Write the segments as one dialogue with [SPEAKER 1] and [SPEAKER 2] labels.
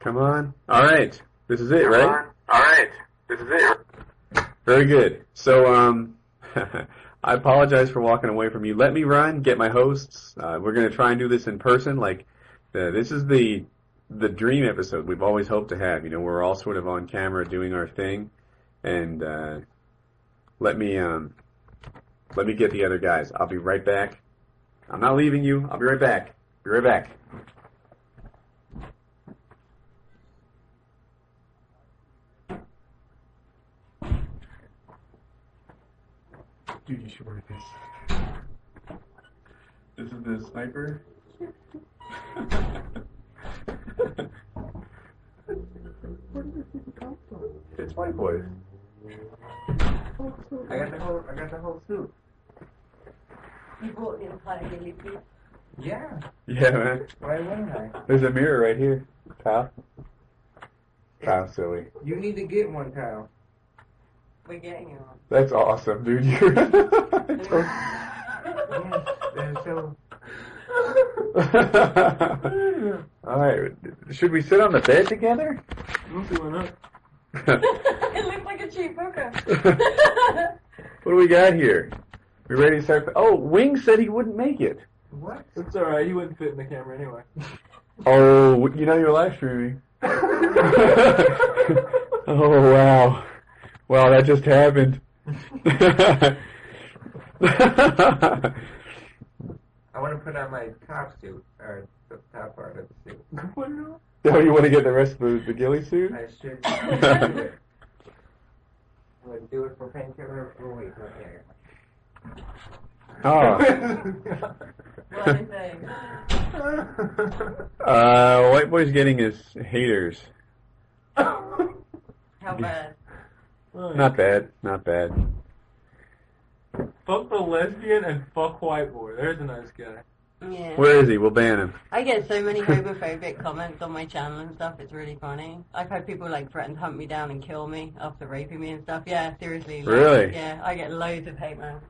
[SPEAKER 1] Come on. All right. This is it, right?
[SPEAKER 2] All right. This is it.
[SPEAKER 1] Very good. So, um, I apologize for walking away from you. Let me run, get my hosts. Uh, we're going to try and do this in person. Like, uh, this is the the dream episode we've always hoped to have. You know, we're all sort of on camera doing our thing, and uh, let me um, let me get the other guys. I'll be right back. I'm not leaving you. I'll be right back. Be right back. Dude, you should wear this. This is the sniper. it's white boys.
[SPEAKER 2] I got the whole. I got the whole suit.
[SPEAKER 3] You brought the entire guinea pig.
[SPEAKER 2] Yeah.
[SPEAKER 1] Yeah, man.
[SPEAKER 2] Why wouldn't I?
[SPEAKER 1] There's a mirror right here. Pal. Pal, silly.
[SPEAKER 2] You need to get one, pal.
[SPEAKER 3] We're getting it on.
[SPEAKER 1] That's awesome, dude. You're
[SPEAKER 2] Yes. They're so.
[SPEAKER 1] All right. Should we sit on the bed together? what
[SPEAKER 3] it looked like a cheeseburger.
[SPEAKER 1] do we got here? We ready to start? Oh, Wing said he wouldn't make it.
[SPEAKER 2] What?
[SPEAKER 4] It's alright, he wouldn't fit in the camera anyway.
[SPEAKER 1] Oh, you know you're live streaming. oh wow, wow that just happened.
[SPEAKER 2] I want to put on my top suit or the top part of the suit.
[SPEAKER 1] oh, you want to get the rest of the, the ghillie suit?
[SPEAKER 2] I should. do it. I would do it for painkiller. Oh wait, no painkiller. Ah.
[SPEAKER 1] Oh,
[SPEAKER 3] what is it?
[SPEAKER 1] uh, white boy's getting his haters.
[SPEAKER 3] How bad?
[SPEAKER 1] Not bad, not bad.
[SPEAKER 4] Fuck the lesbian and fuck white boy. There's a nice guy.
[SPEAKER 3] Yeah.
[SPEAKER 1] Where is he? We'll ban him.
[SPEAKER 3] I get so many homophobic comments on my channel and stuff. It's really funny. I've had people like threaten to hunt me down and kill me after raping me and stuff. Yeah, seriously. like,
[SPEAKER 1] Really?
[SPEAKER 3] Yeah, I get loads of hate mail.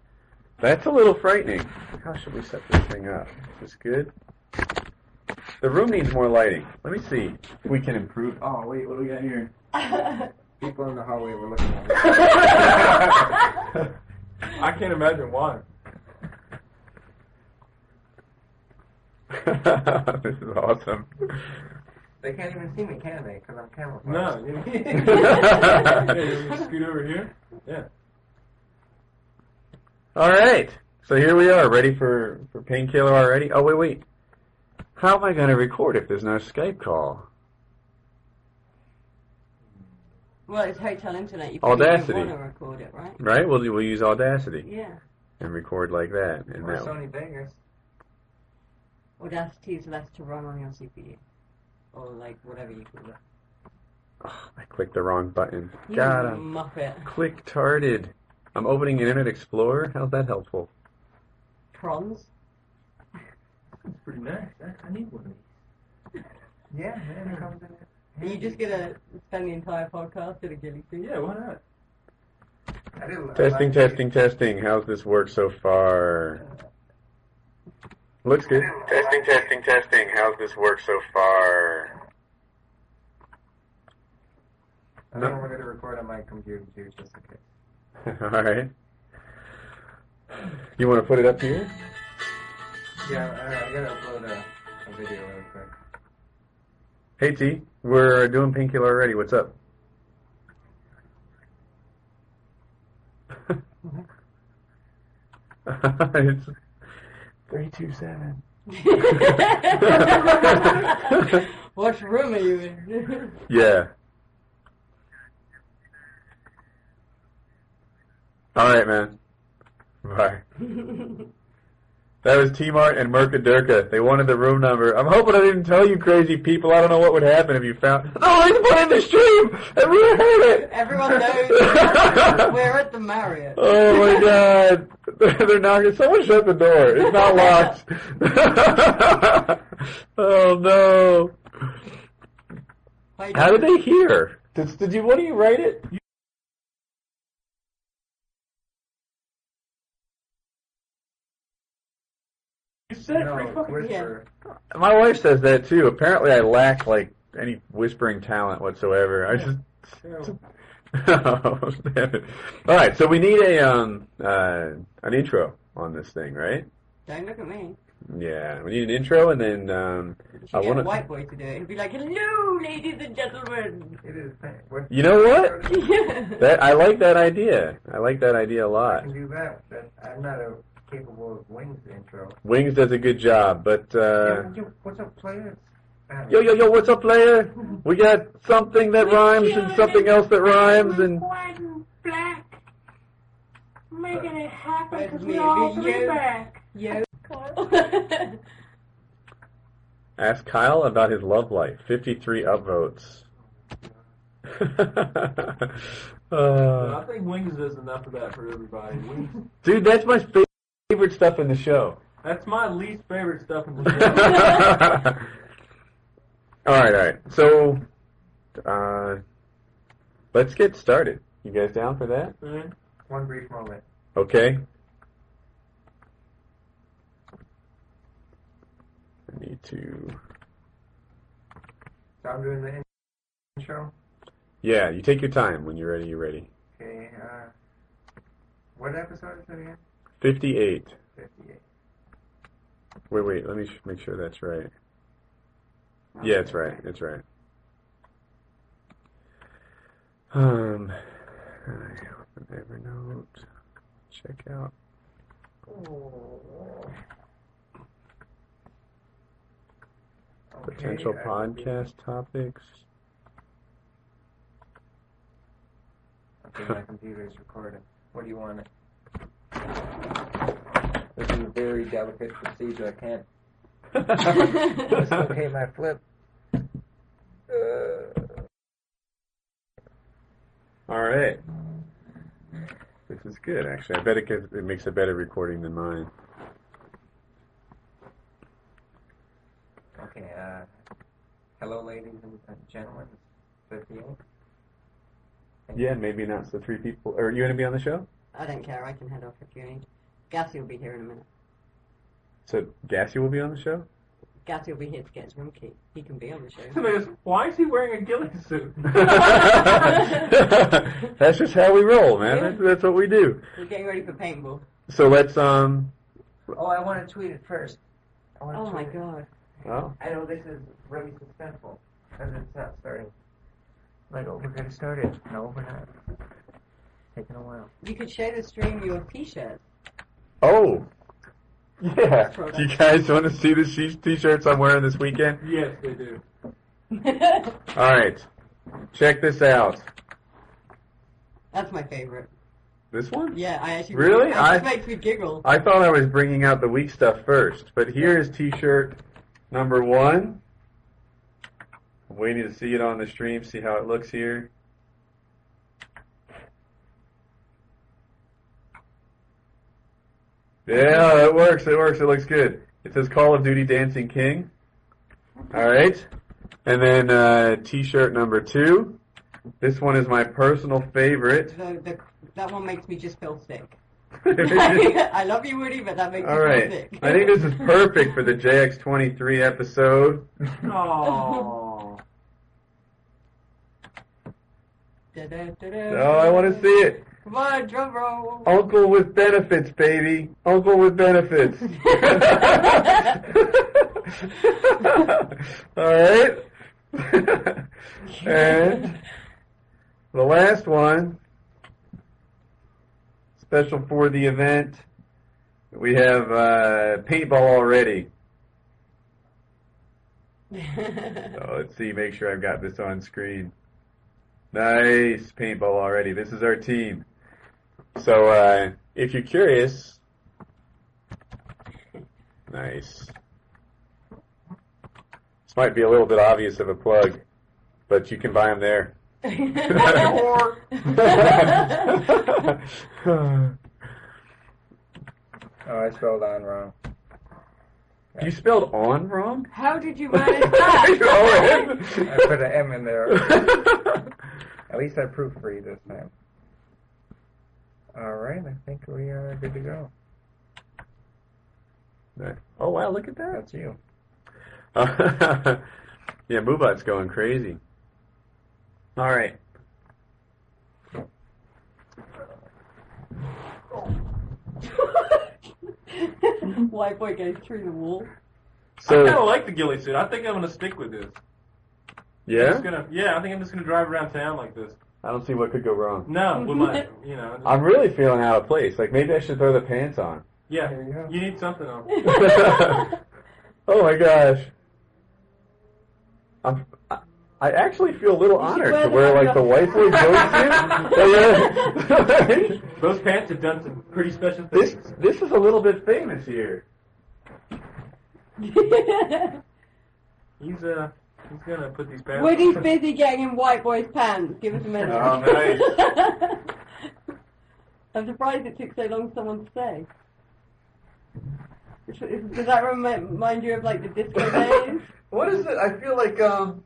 [SPEAKER 1] That's a little frightening. How should we set this thing up? Is this good? The room needs more lighting. Let me see if we can improve. Oh, wait, what do we got here?
[SPEAKER 2] People in the hallway were looking at me.
[SPEAKER 4] I can't imagine why.
[SPEAKER 1] this is awesome.
[SPEAKER 2] They can't even see me, can they? Because I'm camouflaged.
[SPEAKER 4] No, you yeah, you wanna scoot over here? Yeah.
[SPEAKER 1] All right. So here we are, ready for, for painkiller already. Oh, wait, wait. How am I going to record if there's no Skype call?
[SPEAKER 3] Well, it's hotel internet. You
[SPEAKER 1] Audacity.
[SPEAKER 3] want to record it, right?
[SPEAKER 1] Right? We'll, we'll use Audacity
[SPEAKER 3] Yeah.
[SPEAKER 1] and record like that. And
[SPEAKER 2] Or
[SPEAKER 1] that
[SPEAKER 2] Sony Vegas.
[SPEAKER 3] Audacity is less to run on your CPU. Or like whatever you call it.
[SPEAKER 1] oh, I clicked the wrong button.
[SPEAKER 3] You
[SPEAKER 1] God, I'm
[SPEAKER 3] Muppet.
[SPEAKER 1] click tarded. I'm opening Internet Explorer. How's that helpful?
[SPEAKER 3] Prawns.
[SPEAKER 4] It's pretty nice. I, I need one of these.
[SPEAKER 2] Yeah, man, it comes in there.
[SPEAKER 3] Are you just gonna spend the entire podcast at a ghillie suit?
[SPEAKER 4] Yeah, why not?
[SPEAKER 2] I did love
[SPEAKER 1] Testing,
[SPEAKER 2] it.
[SPEAKER 1] testing, testing. How's this work so far? Looks good. Testing, testing, testing. How's this work so far?
[SPEAKER 2] I think we're going to record on my computer too, just in case.
[SPEAKER 1] All right. You want to put it up here?
[SPEAKER 2] Yeah, I, I gotta upload a, a video really quick.
[SPEAKER 1] Hey T, we're doing painkiller already. What's up? it's three two seven.
[SPEAKER 3] what room are you in?
[SPEAKER 1] Yeah. All right, man. Bye. That was T Mart and Merca Durka. They wanted the room number. I'm hoping I didn't tell you crazy people. I don't know what would happen if you found. Oh, it's put in the stream. Everyone heard it.
[SPEAKER 3] Everyone knows we're at the Marriott.
[SPEAKER 1] Oh my god. They're knocking. Someone shut the door. It's not locked. oh no.
[SPEAKER 3] Why
[SPEAKER 1] How did
[SPEAKER 3] don't you-
[SPEAKER 1] they hear? Did, did you? What do you write it?
[SPEAKER 4] You said it
[SPEAKER 2] No,
[SPEAKER 4] pretty fucking
[SPEAKER 2] whisper.
[SPEAKER 1] My wife says that too. Apparently, I lack like any whispering talent whatsoever. I just
[SPEAKER 4] Terrible.
[SPEAKER 1] oh, damn it. All right, so we need a um uh an intro on this thing, right?
[SPEAKER 3] Don't look at me.
[SPEAKER 1] Yeah, we need an intro, and then um
[SPEAKER 3] You
[SPEAKER 1] I
[SPEAKER 3] should get
[SPEAKER 1] wanna-
[SPEAKER 3] a white boy to do it. He'll be like, hello, ladies and gentlemen.
[SPEAKER 2] It is. What
[SPEAKER 1] you know what?
[SPEAKER 3] yeah.
[SPEAKER 1] That I like that idea. I like that idea a
[SPEAKER 2] I
[SPEAKER 1] lot.
[SPEAKER 2] can do that. But I'm not a capable of wings intro.
[SPEAKER 1] Wings does a good job, but uh,
[SPEAKER 2] Yo, what's up, players? Um,
[SPEAKER 1] yo yo yo, what's up, player? We got something that rhymes and something else that rhymes, and
[SPEAKER 5] White and black. Making it happen
[SPEAKER 3] That's
[SPEAKER 5] because
[SPEAKER 3] me,
[SPEAKER 5] we all
[SPEAKER 3] be
[SPEAKER 5] three
[SPEAKER 3] you.
[SPEAKER 5] back.
[SPEAKER 3] Yo.
[SPEAKER 1] ask Kyle about his love life. Fifty-three upvotes.
[SPEAKER 4] But
[SPEAKER 1] uh,
[SPEAKER 4] I think Wings does enough of that for everybody. Wings.
[SPEAKER 1] dude, that's my favorite stuff in the show.
[SPEAKER 4] That's my least favorite stuff in
[SPEAKER 1] all
[SPEAKER 4] the show.
[SPEAKER 1] right, all right. So, uh, let's get started. You guys down for that?
[SPEAKER 4] man.
[SPEAKER 2] One brief moment.
[SPEAKER 1] Okay. I need to.
[SPEAKER 2] So I'm doing the intro.
[SPEAKER 1] Yeah, you take your time. When you're ready, you're ready.
[SPEAKER 2] Okay. Uh, what episode is it again?
[SPEAKER 1] 58.
[SPEAKER 2] 58.
[SPEAKER 1] Wait, wait. Let me sh- make sure that's right. Yeah, it's right. It's right. Um, I open Evernote. Check out.
[SPEAKER 2] Okay,
[SPEAKER 1] Potential
[SPEAKER 2] I-
[SPEAKER 1] podcast topics.
[SPEAKER 2] Okay, my computer is recording. What do you want? it? This is a very delicate procedure. I can't dislocate my flip. Uh,
[SPEAKER 1] All right. This is good, actually. I bet it, gets, it makes a better recording than mine.
[SPEAKER 2] okay. Uh, hello, ladies and and gentlemen. Oh, It's 58. Thank you.
[SPEAKER 1] Yeah, maybe announce the three people. Are you going to be on the show?
[SPEAKER 3] I don't care. I can head off if you need. Gassy will be here in a minute.
[SPEAKER 1] So Gassy will be on the show.
[SPEAKER 3] Gassy will be here to get his room key. He can be on the
[SPEAKER 4] So
[SPEAKER 3] show.
[SPEAKER 4] they just, Why is he wearing a ghillie suit?
[SPEAKER 1] that's just how we roll, man. That's, that's what we do.
[SPEAKER 3] We're getting ready for paintball.
[SPEAKER 1] So let's um.
[SPEAKER 2] Oh, I want to tweet it first. I want to
[SPEAKER 3] Oh my
[SPEAKER 2] tweet it.
[SPEAKER 3] god.
[SPEAKER 1] Well,
[SPEAKER 2] I know this is really suspenseful, and it's not starting. Like, oh, we're gonna start it. No, we're not. Taking a while.
[SPEAKER 3] You could show the stream your t-shirt.
[SPEAKER 1] oh. Yeah. Do you guys want to see the she- t-shirts I'm wearing this weekend?
[SPEAKER 4] yes, they do.
[SPEAKER 3] That's
[SPEAKER 1] All right. Check this out.
[SPEAKER 3] my favorite.
[SPEAKER 1] This one?
[SPEAKER 3] Yeah, I actually
[SPEAKER 1] Really?
[SPEAKER 3] It just
[SPEAKER 1] I-
[SPEAKER 3] makes me giggle.
[SPEAKER 1] I thought I was bringing out the weak stuff first, but here is t-shirt number one. I'm waiting to see it on the stream, see how it looks here. Yeah, it works, it works, it looks good. It says Call of Duty Dancing King. Alright. And then uh, t-shirt number two. This one is my personal favorite.
[SPEAKER 3] The, the, that one makes me just feel sick. I love you, Woody, but that makes
[SPEAKER 1] All
[SPEAKER 3] me
[SPEAKER 1] right.
[SPEAKER 3] feel sick.
[SPEAKER 1] I think this is perfect for the JX23 episode.
[SPEAKER 4] Oh.
[SPEAKER 1] Oh, I want to see it.
[SPEAKER 3] Come on, drum roll.
[SPEAKER 1] Uncle with benefits, baby. Uncle with benefits. All right. and the last one, special for the event, we have uh, paintball already. So Oh, let's see, make sure I've got this on screen. Nice paintball already. This is our team. So uh, if you're curious, nice. This might be a little bit obvious of a plug, but you can buy them there.
[SPEAKER 2] Oh, I spelled on wrong.
[SPEAKER 1] you spelled on wrong?
[SPEAKER 3] How did you manage that?
[SPEAKER 2] I put an M in there. At least I proofread this time. All right, I think we are good to go.
[SPEAKER 1] oh wow, look at that.
[SPEAKER 2] That's you.
[SPEAKER 1] Uh, Yeah, Boobot's going crazy. All right.
[SPEAKER 3] White boy goes through the wall.
[SPEAKER 6] I kind of
[SPEAKER 1] So
[SPEAKER 6] like the ghillie suit. I think I'm gonna stick with this. I'm
[SPEAKER 1] yeah,
[SPEAKER 6] just gonna, yeah, I think I'm just gonna drive around town like this.
[SPEAKER 1] I don't see what could go wrong.
[SPEAKER 6] No, with my, you know. just-
[SPEAKER 1] I'm really feeling out of place. Like maybe I should throw the pants on.
[SPEAKER 6] yeah,
[SPEAKER 2] There you go.
[SPEAKER 6] you need something else.
[SPEAKER 1] oh my gosh. I'm, I, I actually feel a little
[SPEAKER 3] You should
[SPEAKER 1] honored to wear
[SPEAKER 3] wear the
[SPEAKER 1] like the white
[SPEAKER 3] Mario-
[SPEAKER 1] boy boat suit.
[SPEAKER 6] Those pants have done some pretty special
[SPEAKER 1] this
[SPEAKER 6] things.
[SPEAKER 1] this is a little bit famous here.
[SPEAKER 6] He's uh, he's gonna put these pants.
[SPEAKER 3] Woody's
[SPEAKER 6] on.
[SPEAKER 3] busy getting in white boy's pants. Give us a minute.
[SPEAKER 1] Oh, nice.
[SPEAKER 3] I'm surprised it took so long for someone to say. Is- is- Does that remi- remind you of like the disco days?
[SPEAKER 1] what is it? I feel like um,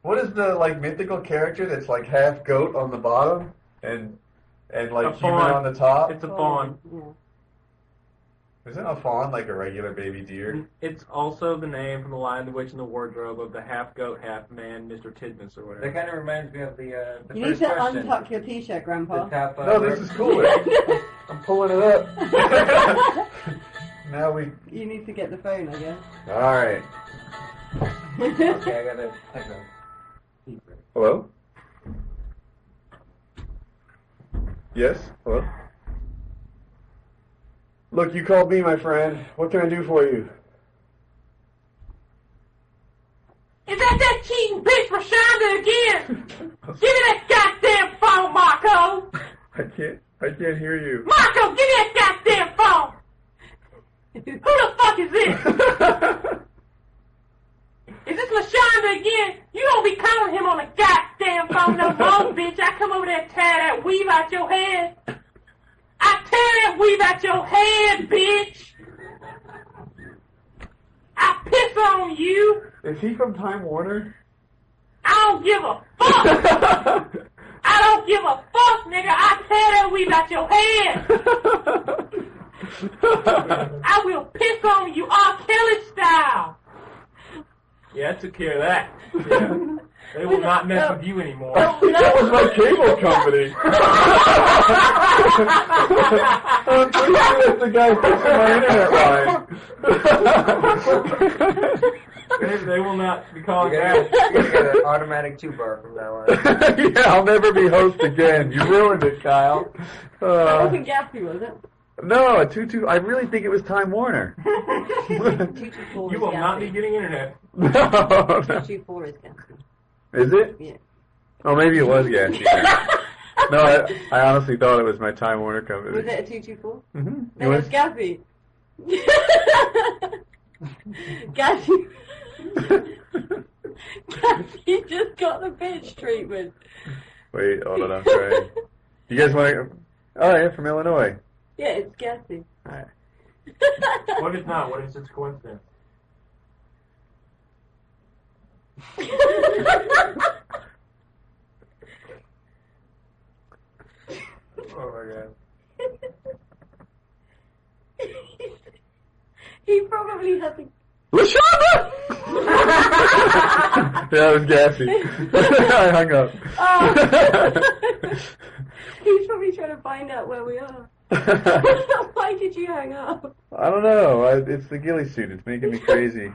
[SPEAKER 1] what is the like mythical character that's like half goat on the bottom and and
[SPEAKER 6] A fawn.
[SPEAKER 1] the top?
[SPEAKER 6] It's a fawn.
[SPEAKER 3] Yeah.
[SPEAKER 1] Isn't a fawn like a regular baby deer?
[SPEAKER 6] It's also the name from the Lion, the Witch, and the Wardrobe of the half goat, half man, Mr. Tidmus or
[SPEAKER 2] That
[SPEAKER 6] whatever.
[SPEAKER 2] kind of reminds me of the, uh, the
[SPEAKER 3] You need
[SPEAKER 2] first
[SPEAKER 3] to
[SPEAKER 2] question.
[SPEAKER 3] untuck your t-shirt, Grandpa.
[SPEAKER 2] The top, uh,
[SPEAKER 1] No, this is cooler. I'm pulling it up. now we.
[SPEAKER 3] you need to get the phone, I
[SPEAKER 1] All right.
[SPEAKER 3] guess.
[SPEAKER 2] okay, I gotta take a
[SPEAKER 1] Hello. Yes. Hello. Look, you called me, my friend. What can I do for you?
[SPEAKER 7] Is that that cheating bitch Rashonda again? Give me that goddamn phone, Marco!
[SPEAKER 1] I can't. I can't hear you.
[SPEAKER 7] Marco, give me that goddamn phone! Who the fuck is this? Is this LaShonda again? You don't be calling him on the goddamn phone no more, bitch. I come over there and tear that weave out your head. I tear that weave out your head, bitch. I piss on you.
[SPEAKER 1] Is he from Time Warner?
[SPEAKER 7] I don't give a fuck. I don't give a fuck, nigga. I tear that weave out your head. I will piss on you R. Kelly style.
[SPEAKER 6] Yeah, I took care of that. Yeah.
[SPEAKER 1] Yeah.
[SPEAKER 6] They will not mess with you anymore.
[SPEAKER 1] I think that was my cable company. I'm pretty sure that's the guy fixing my
[SPEAKER 6] They,
[SPEAKER 1] internet
[SPEAKER 6] they will not be calling
[SPEAKER 2] You gotta,
[SPEAKER 6] back.
[SPEAKER 2] you gotta get an automatic two bar from now on.
[SPEAKER 1] line. yeah, I'll never be host again. You ruined it, Kyle.
[SPEAKER 3] That
[SPEAKER 1] Uh,
[SPEAKER 3] wasn't Gaffney, was it?
[SPEAKER 1] no, a two two. I really think it was Time Warner.
[SPEAKER 3] Four
[SPEAKER 6] You
[SPEAKER 3] is
[SPEAKER 6] will not be
[SPEAKER 3] Gaffney.
[SPEAKER 6] getting internet.
[SPEAKER 1] no, no.
[SPEAKER 3] Two four is Gaffney.
[SPEAKER 1] Is it?
[SPEAKER 3] Yeah.
[SPEAKER 1] Oh, maybe it was Gaffney. no, I, I honestly thought it was my Time Warner company.
[SPEAKER 3] Was it a two two four?
[SPEAKER 1] Mm-hmm.
[SPEAKER 3] No, it was Gaffy. Gaffy. Gaffy just got the bitch treatment.
[SPEAKER 1] Wait, hold on, I'm trying. You guys want to? Oh, yeah, from Illinois.
[SPEAKER 3] yeah, it's Gaffy.
[SPEAKER 1] Alright.
[SPEAKER 6] What if not? What if it's just coincidence? Oh my god.
[SPEAKER 3] he probably has a
[SPEAKER 1] Lashonda! yeah, that was gassy. I hung up.
[SPEAKER 3] Oh. He's probably trying to find out where we are. Why did you hang up?
[SPEAKER 1] I don't know. I, it's the ghillie suit. It's making me crazy.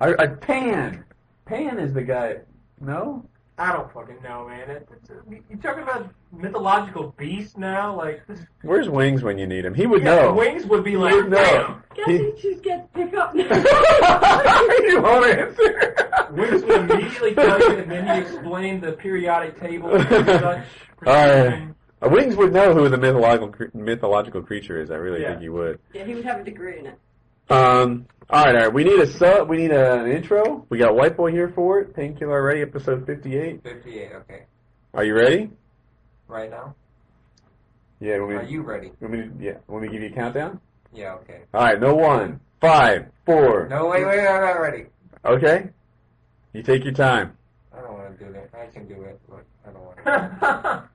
[SPEAKER 1] I, I Pan. Pan is the guy. No.
[SPEAKER 6] I don't fucking know, man. It, it's, you're talking about mythological beasts now? Like, this,
[SPEAKER 1] Where's Wings when you need him? He would
[SPEAKER 6] yeah,
[SPEAKER 1] know.
[SPEAKER 6] wings would be like,
[SPEAKER 1] He would know.
[SPEAKER 6] damn.
[SPEAKER 1] He-
[SPEAKER 3] Gaffy just gets pick up.
[SPEAKER 1] you won't answer.
[SPEAKER 6] Wings would immediately tell you, and then you explain the periodic table and such.
[SPEAKER 1] Alright. Uh, Wings would know who the mythological cre- mythological creature is. I really
[SPEAKER 6] Yeah.
[SPEAKER 1] think he would.
[SPEAKER 3] yeah, he would have a degree in it.
[SPEAKER 1] Um. All right, all right. We need a sub. We need a, an intro. We got White Boy here for it. Painkiller ready. Episode fifty-eight.
[SPEAKER 2] 58, okay.
[SPEAKER 1] Are you ready?
[SPEAKER 2] Right now?
[SPEAKER 1] Yeah. When we,
[SPEAKER 2] Are you ready?
[SPEAKER 1] want me to- yeah. When we give you a countdown.
[SPEAKER 2] Yeah, okay.
[SPEAKER 1] All right. No one. Five. Four.
[SPEAKER 2] No, wait, wait, I'm not ready.
[SPEAKER 1] Okay. You take your time.
[SPEAKER 2] I don't want to do that. I can do it, but I don't want to.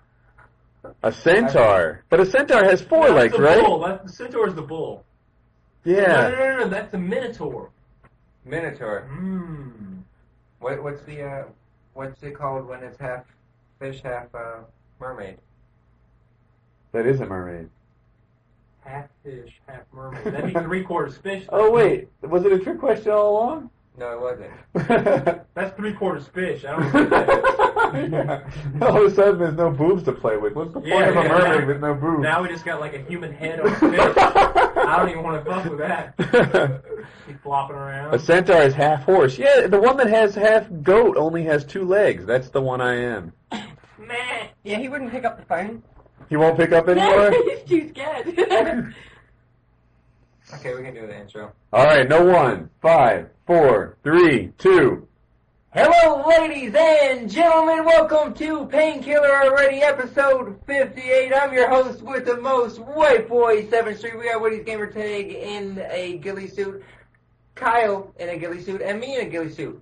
[SPEAKER 6] That's
[SPEAKER 1] A centaur. But a centaur has four legs,
[SPEAKER 6] the
[SPEAKER 1] right?
[SPEAKER 6] bull. That's, the centaur's the bull. No,
[SPEAKER 1] Yeah.
[SPEAKER 6] no, no, no, that's the minotaur.
[SPEAKER 2] Minotaur.
[SPEAKER 6] Mmm.
[SPEAKER 2] What, what's the uh, what's it called when it's half fish, half uh, mermaid?
[SPEAKER 1] That is a mermaid.
[SPEAKER 4] Half fish, half mermaid. That'd be three quarters fish.
[SPEAKER 1] Oh wait, was it a trick question all along?
[SPEAKER 2] No, it wasn't.
[SPEAKER 4] That's three quarters fish. I don't think that.
[SPEAKER 1] Yeah. All of a sudden, there's no boobs to play with. What's the point
[SPEAKER 4] Yeah,
[SPEAKER 1] of a
[SPEAKER 4] yeah,
[SPEAKER 1] mermaid
[SPEAKER 4] now-
[SPEAKER 1] with no boobs?
[SPEAKER 4] Now we just got like a human head on a fish. I don't even want to fuck with that. He's flopping
[SPEAKER 1] a
[SPEAKER 4] around.
[SPEAKER 1] centaur is half horse. Yeah, the one that has half goat only has two legs. That's the one I am.
[SPEAKER 5] Man.
[SPEAKER 3] Yeah, he wouldn't pick up the phone.
[SPEAKER 1] He won't pick up anymore.
[SPEAKER 5] He's too scared.
[SPEAKER 2] Okay, we can do the intro.
[SPEAKER 1] All right, no one, five, four, three, two.
[SPEAKER 2] Hello, ladies and gentlemen. Welcome to Painkiller Already, episode 58. I'm your host with the most, White Boy 7th Street. We got Woody's Gamer Tag in a ghillie suit, Kyle in a ghillie suit, and me in a ghillie suit.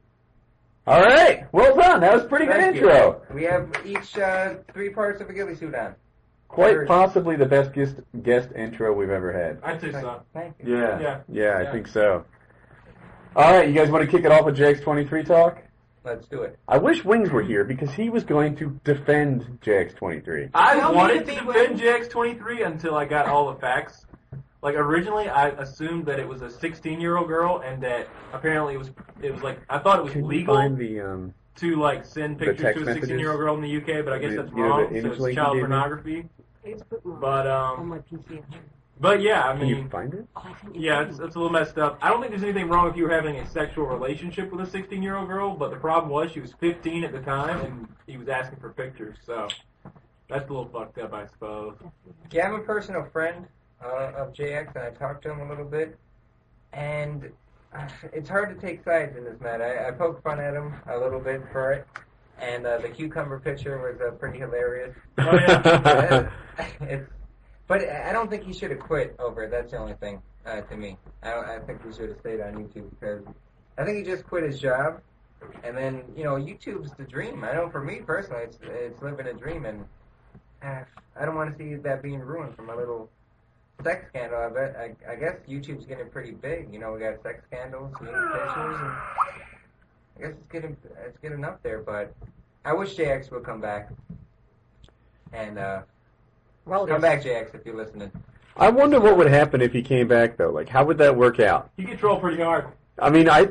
[SPEAKER 1] All right, well done. That was pretty
[SPEAKER 2] Thank
[SPEAKER 1] good
[SPEAKER 2] you.
[SPEAKER 1] intro.
[SPEAKER 2] We have each uh, three parts of a ghillie suit on.
[SPEAKER 1] Quite
[SPEAKER 2] Sure.
[SPEAKER 1] possibly the best guest, guest intro we've ever had.
[SPEAKER 4] I think so.
[SPEAKER 2] Thank you.
[SPEAKER 1] Yeah,
[SPEAKER 4] Yeah.
[SPEAKER 1] I
[SPEAKER 4] Yeah.
[SPEAKER 1] think so. All right, you guys want to kick it off with Jack's 23 talk?
[SPEAKER 2] Let's do it.
[SPEAKER 1] I wish Wings were here because he was going to defend Jack's 23.
[SPEAKER 4] I
[SPEAKER 3] Tell me
[SPEAKER 4] wanted
[SPEAKER 3] to
[SPEAKER 4] to
[SPEAKER 3] be
[SPEAKER 4] defend JX23 until I got all the facts. Like originally, I assumed that it was a 16-year-old girl, and that apparently it was it was like I thought it was
[SPEAKER 1] Can you
[SPEAKER 4] legal
[SPEAKER 1] find the um?
[SPEAKER 4] to like send
[SPEAKER 1] the
[SPEAKER 4] pictures to
[SPEAKER 1] text
[SPEAKER 4] a 16-year-old
[SPEAKER 1] messages?
[SPEAKER 4] girl in the UK, but I guess
[SPEAKER 1] The-
[SPEAKER 4] that's
[SPEAKER 1] you know,
[SPEAKER 4] wrong.
[SPEAKER 1] the
[SPEAKER 4] so
[SPEAKER 1] image
[SPEAKER 4] it's
[SPEAKER 1] link you
[SPEAKER 4] child
[SPEAKER 1] gave me?
[SPEAKER 4] pornography.
[SPEAKER 3] It's bookmarked
[SPEAKER 4] But
[SPEAKER 3] on
[SPEAKER 4] um,
[SPEAKER 3] my PC.
[SPEAKER 4] but yeah, I
[SPEAKER 1] Can you
[SPEAKER 4] mean,
[SPEAKER 1] find it?
[SPEAKER 3] Oh, I think it's
[SPEAKER 4] yeah,
[SPEAKER 3] on.
[SPEAKER 4] it's, it's a little messed up. I don't think there's anything wrong if you were having a sexual relationship with a 16-year-old girl, but the problem was she was 15 at the time, and he was asking for pictures, so that's a little fucked up, I suppose.
[SPEAKER 2] Yeah, I'm a personal friend uh, of JX, and I talked to him a little bit. And uh, it's hard to take sides in this matter. I, I poked fun at him a little bit for it, and uh, the cucumber picture was uh, pretty hilarious.
[SPEAKER 4] Oh,
[SPEAKER 2] Uh, it's, but I don't think he should have quit over it. That's the only thing uh, to me. I, don't- I think he should have stayed on YouTube because I think he just quit his job. And then you know, YouTube's the dream. I know for me personally, it's it's living a dream, and uh, I don't want to see that being ruined from a little sex scandal. I bet I, I guess YouTube's getting pretty big. You know, we got sex scandals, nude pictures, and I guess it's getting it's getting up there. But I wish JX would come back and uh,
[SPEAKER 3] Well,
[SPEAKER 2] come back, JX, if you're listening.
[SPEAKER 1] I wonder what would happen if he came back though. Like, how would that work out?
[SPEAKER 4] You can troll pretty hard.
[SPEAKER 1] I mean, I,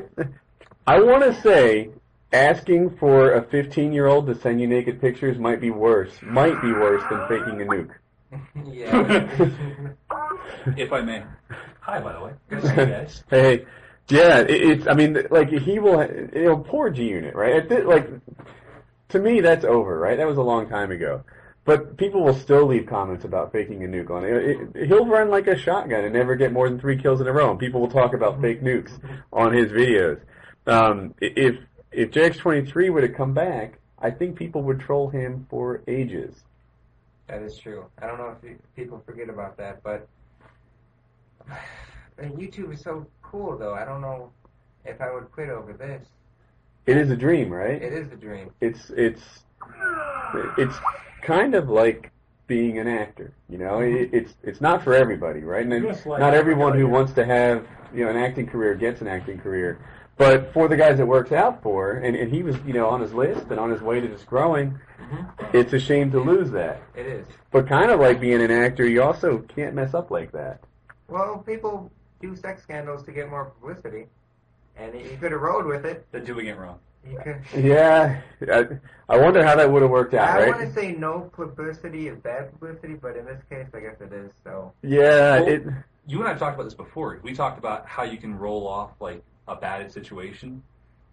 [SPEAKER 1] I want to say asking for a 15 year old to send you naked pictures might be worse. Might be worse than faking a nuke.
[SPEAKER 2] yeah.
[SPEAKER 6] If I may. Hi, by the way. Good
[SPEAKER 1] hey, yeah, it, it's. I mean, like he will. You know, poor G Unit, right? At thi- like, to me, that's over, right? That was a long time ago. But people will still leave comments about faking a nuke on it. It- it- He'll run like a shotgun and never get more than three kills in a row. And people will talk about fake nukes on his videos. Um, i- if if JX23 would have come back, I think people would troll him for ages.
[SPEAKER 2] That is true. I don't know if you- people forget about that, but and YouTube is so cool, though. I don't know if I would quit over this.
[SPEAKER 1] It is a dream, right?
[SPEAKER 2] It is a dream.
[SPEAKER 1] it's it's it's kind of like being an actor. You know, it, it's it's not for everybody, right? And
[SPEAKER 4] Yes, like-
[SPEAKER 1] not everyone who wants to have you know an acting career gets an acting career. But for the guys it works out for, and, and he was you know on his list and on his way to just growing, it's a shame to lose that.
[SPEAKER 2] It is.
[SPEAKER 1] But kind of like being an actor, you also can't mess up like that.
[SPEAKER 2] Well, people do sex scandals to get more publicity, and he could have rolled with it.
[SPEAKER 6] They're doing it wrong.
[SPEAKER 2] He could.
[SPEAKER 1] Yeah, I, I wonder how that would have worked out,
[SPEAKER 2] I
[SPEAKER 1] right?
[SPEAKER 2] want to say no publicity is bad publicity, but in this case, I guess it is. So
[SPEAKER 1] Yeah,
[SPEAKER 6] Well,
[SPEAKER 1] it.
[SPEAKER 6] You and I have talked about this before. We talked about how you can roll off like a bad situation,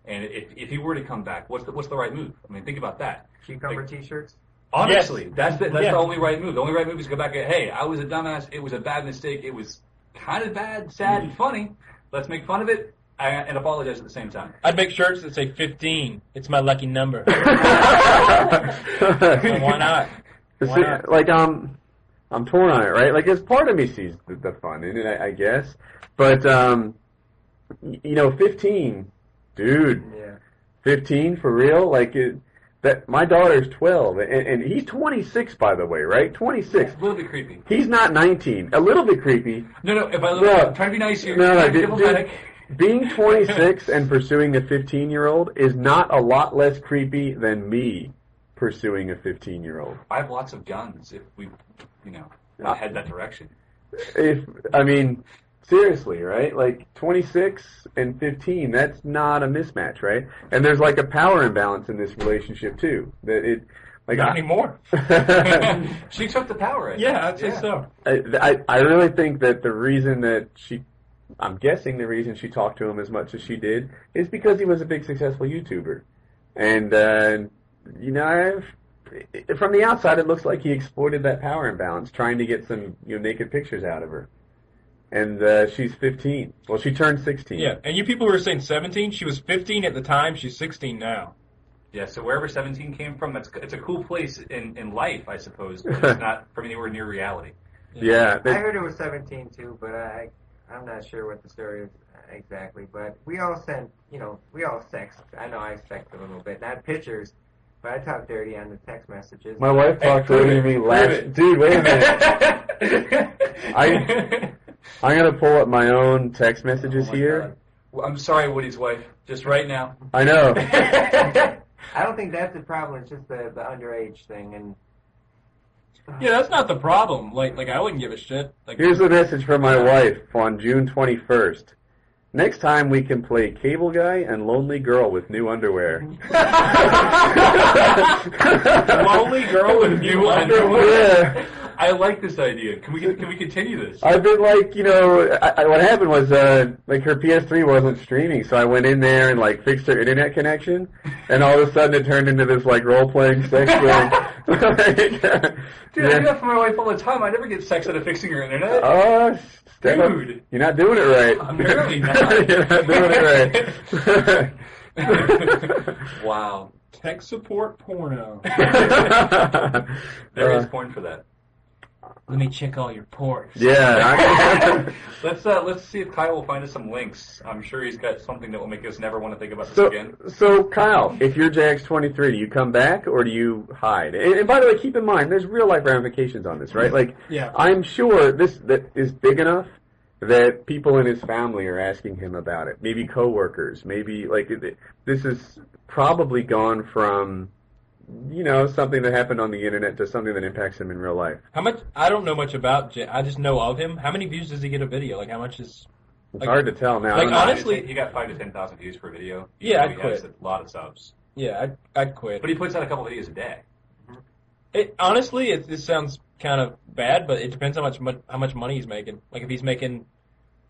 [SPEAKER 6] and if if he were to come back, what's the what's the right move? I mean, think about that.
[SPEAKER 2] cucumber T-shirts.
[SPEAKER 6] Honestly, that's the, that's
[SPEAKER 4] Yeah.
[SPEAKER 6] the only right move. The only right move is to go back and hey, I was a dumbass. It was a bad mistake. It was kind of bad, sad,
[SPEAKER 8] Mm-hmm.
[SPEAKER 6] and funny. Let's make fun of it uh, and and apologize at the same time.
[SPEAKER 8] I'd make shirts that say 15. It's my lucky number. why not?
[SPEAKER 1] It's
[SPEAKER 8] Why not?
[SPEAKER 1] Like um, I'm torn on it, right? Like, as part of me sees the, the fun in it, I, I guess. But um, y- you know, 15, dude,
[SPEAKER 2] Yeah.
[SPEAKER 1] 15 for real. Like it, that my daughter's 12, and, and he's 26, by the way, right? 26.
[SPEAKER 6] It's a little bit creepy.
[SPEAKER 1] He's not 19. A little bit creepy.
[SPEAKER 6] No, no. If I look,
[SPEAKER 1] No.
[SPEAKER 6] trying to be nice here,
[SPEAKER 1] No, no,
[SPEAKER 6] trying to be
[SPEAKER 1] dude, dude,
[SPEAKER 6] diplomatic.
[SPEAKER 1] being 26 and pursuing a 15 year old is not a lot less creepy than me pursuing a 15 year old.
[SPEAKER 6] I have lots of guns. If we, you know, want to head that direction.
[SPEAKER 1] Uh, If I mean, seriously, right? Like 26 and 15, that's not a mismatch, right? And there's like a power imbalance in this relationship too. That it, like,
[SPEAKER 8] Not
[SPEAKER 1] I-
[SPEAKER 8] anymore.
[SPEAKER 6] she took the power. I think.
[SPEAKER 8] Yeah, I'd say so.
[SPEAKER 1] I, I I really think that the reason that she, I'm guessing the reason she talked to him as much as she did is because he was a big successful YouTuber, and uh, you know I've, from the outside it looks like he exploited that power imbalance trying to get some you know naked pictures out of her, and uh, she's 15. Well, she turned 16.
[SPEAKER 8] Yeah, and you people were saying 17. She was 15 at the time. She's 16 now.
[SPEAKER 6] Yeah, so wherever 17 came from, that's it's a cool place in, in life, I suppose, but it's not from anywhere near reality.
[SPEAKER 1] yeah.
[SPEAKER 2] I
[SPEAKER 1] that-
[SPEAKER 2] heard it was 17 too, but I, I'm not sure what the story is exactly. But we all sent, you know, we all sexed. I know I sexed a little bit, not pictures, but I talked dirty on the text messages.
[SPEAKER 1] my wife
[SPEAKER 8] Hey,
[SPEAKER 1] talked
[SPEAKER 8] prove
[SPEAKER 1] dirty to
[SPEAKER 8] it,
[SPEAKER 1] me
[SPEAKER 8] prove
[SPEAKER 1] last.
[SPEAKER 8] it.
[SPEAKER 1] Dude, wait a minute.
[SPEAKER 6] I,
[SPEAKER 1] I'm gonna pull up my own text messages
[SPEAKER 6] Oh my
[SPEAKER 1] here.
[SPEAKER 6] God. Well, I'm sorry, Woody's wife, just right now.
[SPEAKER 1] I know.
[SPEAKER 2] I don't think that's the problem. It's just the the underage thing, and
[SPEAKER 8] Yeah, that's not the problem. Like, like I wouldn't give a shit. Like,
[SPEAKER 1] Here's a message from my wife on June 21st. Next time we can play Cable Guy and Lonely Girl with new underwear.
[SPEAKER 6] Lonely girl with new
[SPEAKER 1] Yeah.
[SPEAKER 6] underwear. I like this idea. Can we can we continue this?
[SPEAKER 1] I've been like, you know, I, I, what happened was, uh, like her PS3 wasn't streaming, so I went in there and like fixed her internet connection, and all of a sudden it turned into this like role-playing sex game. Like, uh,
[SPEAKER 6] Dude, I do
[SPEAKER 1] yeah.
[SPEAKER 6] that for my wife all the time. I never get sex out of fixing her internet.
[SPEAKER 1] Oh, step up.
[SPEAKER 6] Dude.
[SPEAKER 1] You're not doing it right.
[SPEAKER 6] Apparently not.
[SPEAKER 1] You're not doing it right.
[SPEAKER 6] wow.
[SPEAKER 8] tech support porno.
[SPEAKER 6] There is
[SPEAKER 1] Uh,
[SPEAKER 6] porn for that.
[SPEAKER 8] Let me check all your ports.
[SPEAKER 1] Yeah. I-
[SPEAKER 6] let's uh, let's see if Kyle will find us some links. I'm sure he's got something that will make us never want to think about this
[SPEAKER 1] so,
[SPEAKER 6] again.
[SPEAKER 1] so Kyle, if you're JX23, do you come back or do you hide? And, and by the way, keep in mind, there's real life ramifications on this, right? Like,
[SPEAKER 8] Yeah.
[SPEAKER 1] I'm sure this that is big enough that people in his family are asking him about it. Maybe coworkers. Maybe like it- it- this is probably gone from you know something that happened on the internet to something that impacts him in real life.
[SPEAKER 8] How much? I don't know much about. J- I just know of him. How many views does he get a video? Like, how much is?
[SPEAKER 1] It's
[SPEAKER 8] Like-
[SPEAKER 1] hard to tell now. I
[SPEAKER 8] like,
[SPEAKER 1] don't know.
[SPEAKER 8] honestly-
[SPEAKER 6] he got five to ten thousand views per video.
[SPEAKER 8] Yeah,
[SPEAKER 6] he
[SPEAKER 8] I'd
[SPEAKER 6] has a lot of subs,
[SPEAKER 8] Yeah, I I quit.
[SPEAKER 6] but he puts out a couple videos a day.
[SPEAKER 8] It, honestly, it, it sounds kind of bad, but it depends how much mon- how much money he's making. Like if he's making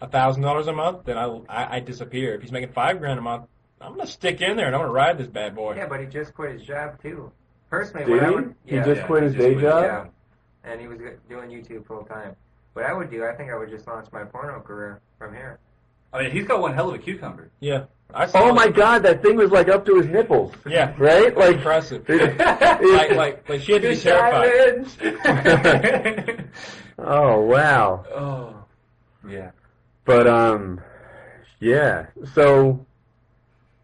[SPEAKER 8] a thousand dollars a month, then I, I I disappear. If he's making five grand a month, I'm gonna stick in there and I'm gonna ride this bad boy.
[SPEAKER 2] Oh, yeah, but he just quit his job too. Personally,
[SPEAKER 1] Did
[SPEAKER 2] what I
[SPEAKER 1] he?
[SPEAKER 2] would,
[SPEAKER 1] He
[SPEAKER 2] yeah,
[SPEAKER 1] just
[SPEAKER 6] yeah,
[SPEAKER 1] quit
[SPEAKER 6] he
[SPEAKER 1] his
[SPEAKER 6] just
[SPEAKER 1] day
[SPEAKER 6] quit his
[SPEAKER 1] job.
[SPEAKER 2] yeah, and he was doing YouTube full time. What I would do, I think I would just launch my porno career from here.
[SPEAKER 6] I mean, he's got one hell of a cucumber.
[SPEAKER 8] Yeah. I saw
[SPEAKER 1] Oh
[SPEAKER 8] it.
[SPEAKER 1] my god, that thing was like up to his nipples.
[SPEAKER 8] Yeah.
[SPEAKER 1] Right? Like
[SPEAKER 8] Impressive.
[SPEAKER 1] it-
[SPEAKER 8] like,
[SPEAKER 1] it-
[SPEAKER 8] like like she had to be terrified.
[SPEAKER 1] oh wow.
[SPEAKER 6] oh, yeah.
[SPEAKER 1] But um, yeah. So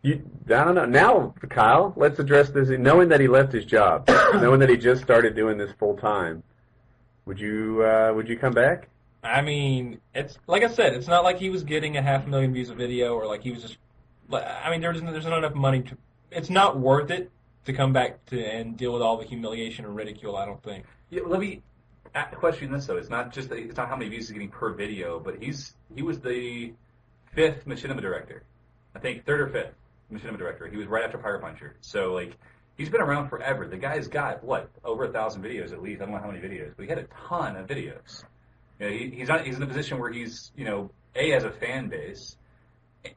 [SPEAKER 1] you, I don't know. Now, Kyle, let's address this. Knowing that he left his job, knowing that he just started doing this full time, would you uh, would you come back?
[SPEAKER 8] I mean, it's like I said, it's not like he was getting a half million views a video or like he was just. like, I mean, there's there's not enough money to. It's not worth it to come back to and deal with all the humiliation and ridicule. I don't think.
[SPEAKER 6] Yeah, let me a- question this though. It's not just that, it's not how many views he's getting per video, but he's he was the fifth Machinima director, I think third or fifth Machinima director. He was right after Pyro Puncher, so like he's been around forever. The guy's got what over a thousand videos at least. I don't know how many videos, but he had a ton of videos. You know, he, he's not he's in a position where he's you know a has a fan base,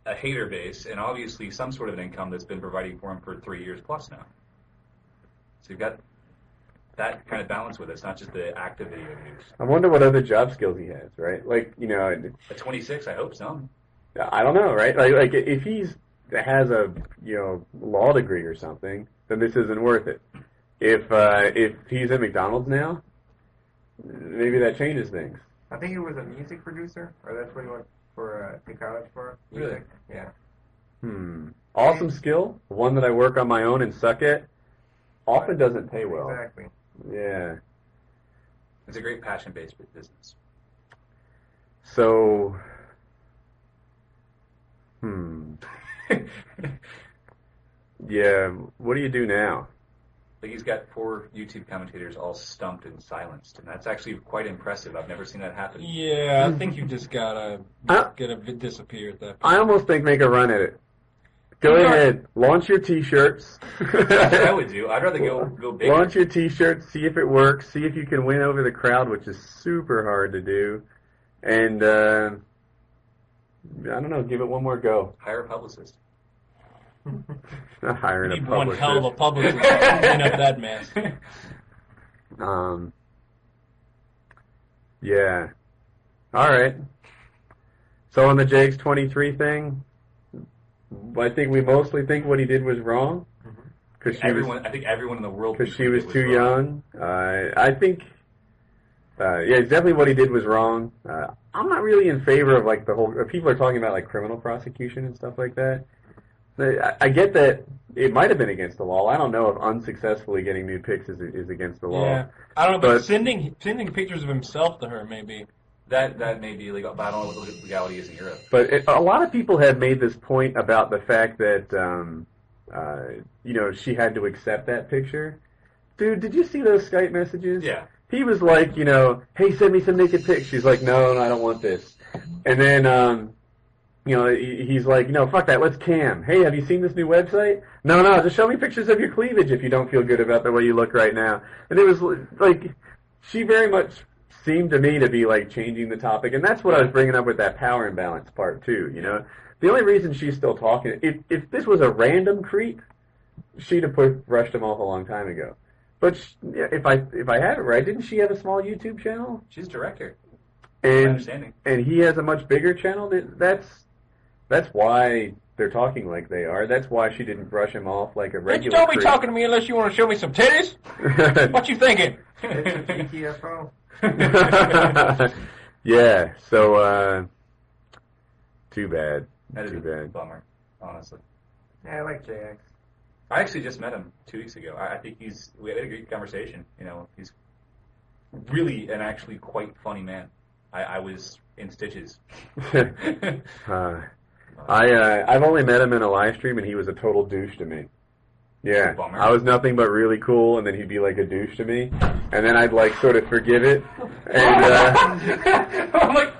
[SPEAKER 6] a hater base, and obviously some sort of an income that's been providing for him for three years plus now. So you've got that kind of balance with it. It's not just the active video views.
[SPEAKER 1] I wonder what other job skills he has. Right? Like you know,
[SPEAKER 6] At 26, I hope so.
[SPEAKER 1] I don't know. Right? Like like if he's has a you know law degree or something, then this isn't worth it. If uh, if he's at McDonald's now, maybe that changes things.
[SPEAKER 2] I think he was a music producer, or that's what he went for uh, to college for.
[SPEAKER 6] Really?
[SPEAKER 2] Music. Yeah.
[SPEAKER 1] Hmm. Awesome skill, one that I work on my own and suck at. Often doesn't pay well.
[SPEAKER 2] Exactly.
[SPEAKER 1] Yeah.
[SPEAKER 6] It's a great passion-based business.
[SPEAKER 1] So Hmm. Yeah. What do you do now?
[SPEAKER 6] Like he's got four YouTube commentators all stumped and silenced, and that's actually quite impressive. I've never seen that happen.
[SPEAKER 8] Yeah, I think you just gotta
[SPEAKER 1] I-
[SPEAKER 8] gotta v- disappear at that. Point.
[SPEAKER 1] I almost think make a run at it. Go
[SPEAKER 8] Yeah.
[SPEAKER 1] ahead. Launch your t-shirts.
[SPEAKER 6] That's what I would do. I'd rather go go big.
[SPEAKER 1] Launch your t-shirts, see if it works, see if you can win over the crowd, which is super hard to do. And uh, I don't know, give it one more go.
[SPEAKER 6] Hire a publicist.
[SPEAKER 1] Not hiring
[SPEAKER 8] Need
[SPEAKER 1] a
[SPEAKER 8] one
[SPEAKER 1] publicist.
[SPEAKER 8] hell of a publicist to clean up that mess.
[SPEAKER 1] Um, yeah. All right. So on the Jake's 23 thing, I think we mostly think what he did was wrong.
[SPEAKER 8] Mm-hmm.
[SPEAKER 1] Because she was,
[SPEAKER 6] Everyone, I think everyone in the world.
[SPEAKER 1] cause
[SPEAKER 6] thinks
[SPEAKER 1] she
[SPEAKER 6] it
[SPEAKER 1] was too
[SPEAKER 6] wrong.
[SPEAKER 1] young. Uh, I think, uh, yeah, definitely what he did was wrong. Uh, I'm not really in favor of like the whole, people are talking about like criminal prosecution and stuff like that. I, I get that it might have been against the law. I don't know if unsuccessfully getting nude pics is, is against the law.
[SPEAKER 8] Yeah, I don't know, but,
[SPEAKER 1] But-
[SPEAKER 8] sending sending pictures of himself to her maybe.
[SPEAKER 6] That that may be illegal, but I don't know what the legality is in Europe.
[SPEAKER 1] But it, a lot of people had made this point about the fact that, um, uh, you know, she had to accept that picture. Dude, did you see those Skype messages?
[SPEAKER 6] Yeah.
[SPEAKER 1] He was like, you know, hey, send me some naked pics. She's like, no, no, I don't want this. And then, um, you know, he- he's like, no, fuck that, let's cam. Hey, have you seen this new website? No, no, just show me pictures of your cleavage if you don't feel good about the way you look right now. And it was li- like, she very much seemed to me to be like changing the topic, and that's what I was bringing up with that power imbalance part too. You know, the only reason she's still talking, if if this was a random creep, she'd have put, brushed him off a long time ago. But sh yeah, if I if I have it right, didn't she have a small YouTube channel?
[SPEAKER 6] She's a director. My
[SPEAKER 1] And
[SPEAKER 6] understanding.
[SPEAKER 1] and he has a much bigger channel. That That's that's why they're talking like they are. That's why she didn't brush him off like a
[SPEAKER 8] Bitch,
[SPEAKER 1] regular.
[SPEAKER 8] don't be
[SPEAKER 1] creep.
[SPEAKER 8] talking to me unless you want to show me some titties. What you thinking?
[SPEAKER 2] GTFO.
[SPEAKER 1] yeah. So uh, too bad.
[SPEAKER 6] That is
[SPEAKER 1] too
[SPEAKER 6] a
[SPEAKER 1] bad.
[SPEAKER 6] bummer, honestly.
[SPEAKER 2] Yeah, I like JX.
[SPEAKER 6] I actually just met him two weeks ago. I, I think he's we had a great conversation. You know, he's really an actually quite funny man. I, I was in stitches.
[SPEAKER 1] uh, I uh, I've only met him in a live stream, and he was a total douche to me. Yeah,
[SPEAKER 6] Bummer.
[SPEAKER 1] I was nothing but really cool, and then he'd be like a douche to me, and then I'd like sort of forgive it, and uh,
[SPEAKER 6] I'm like,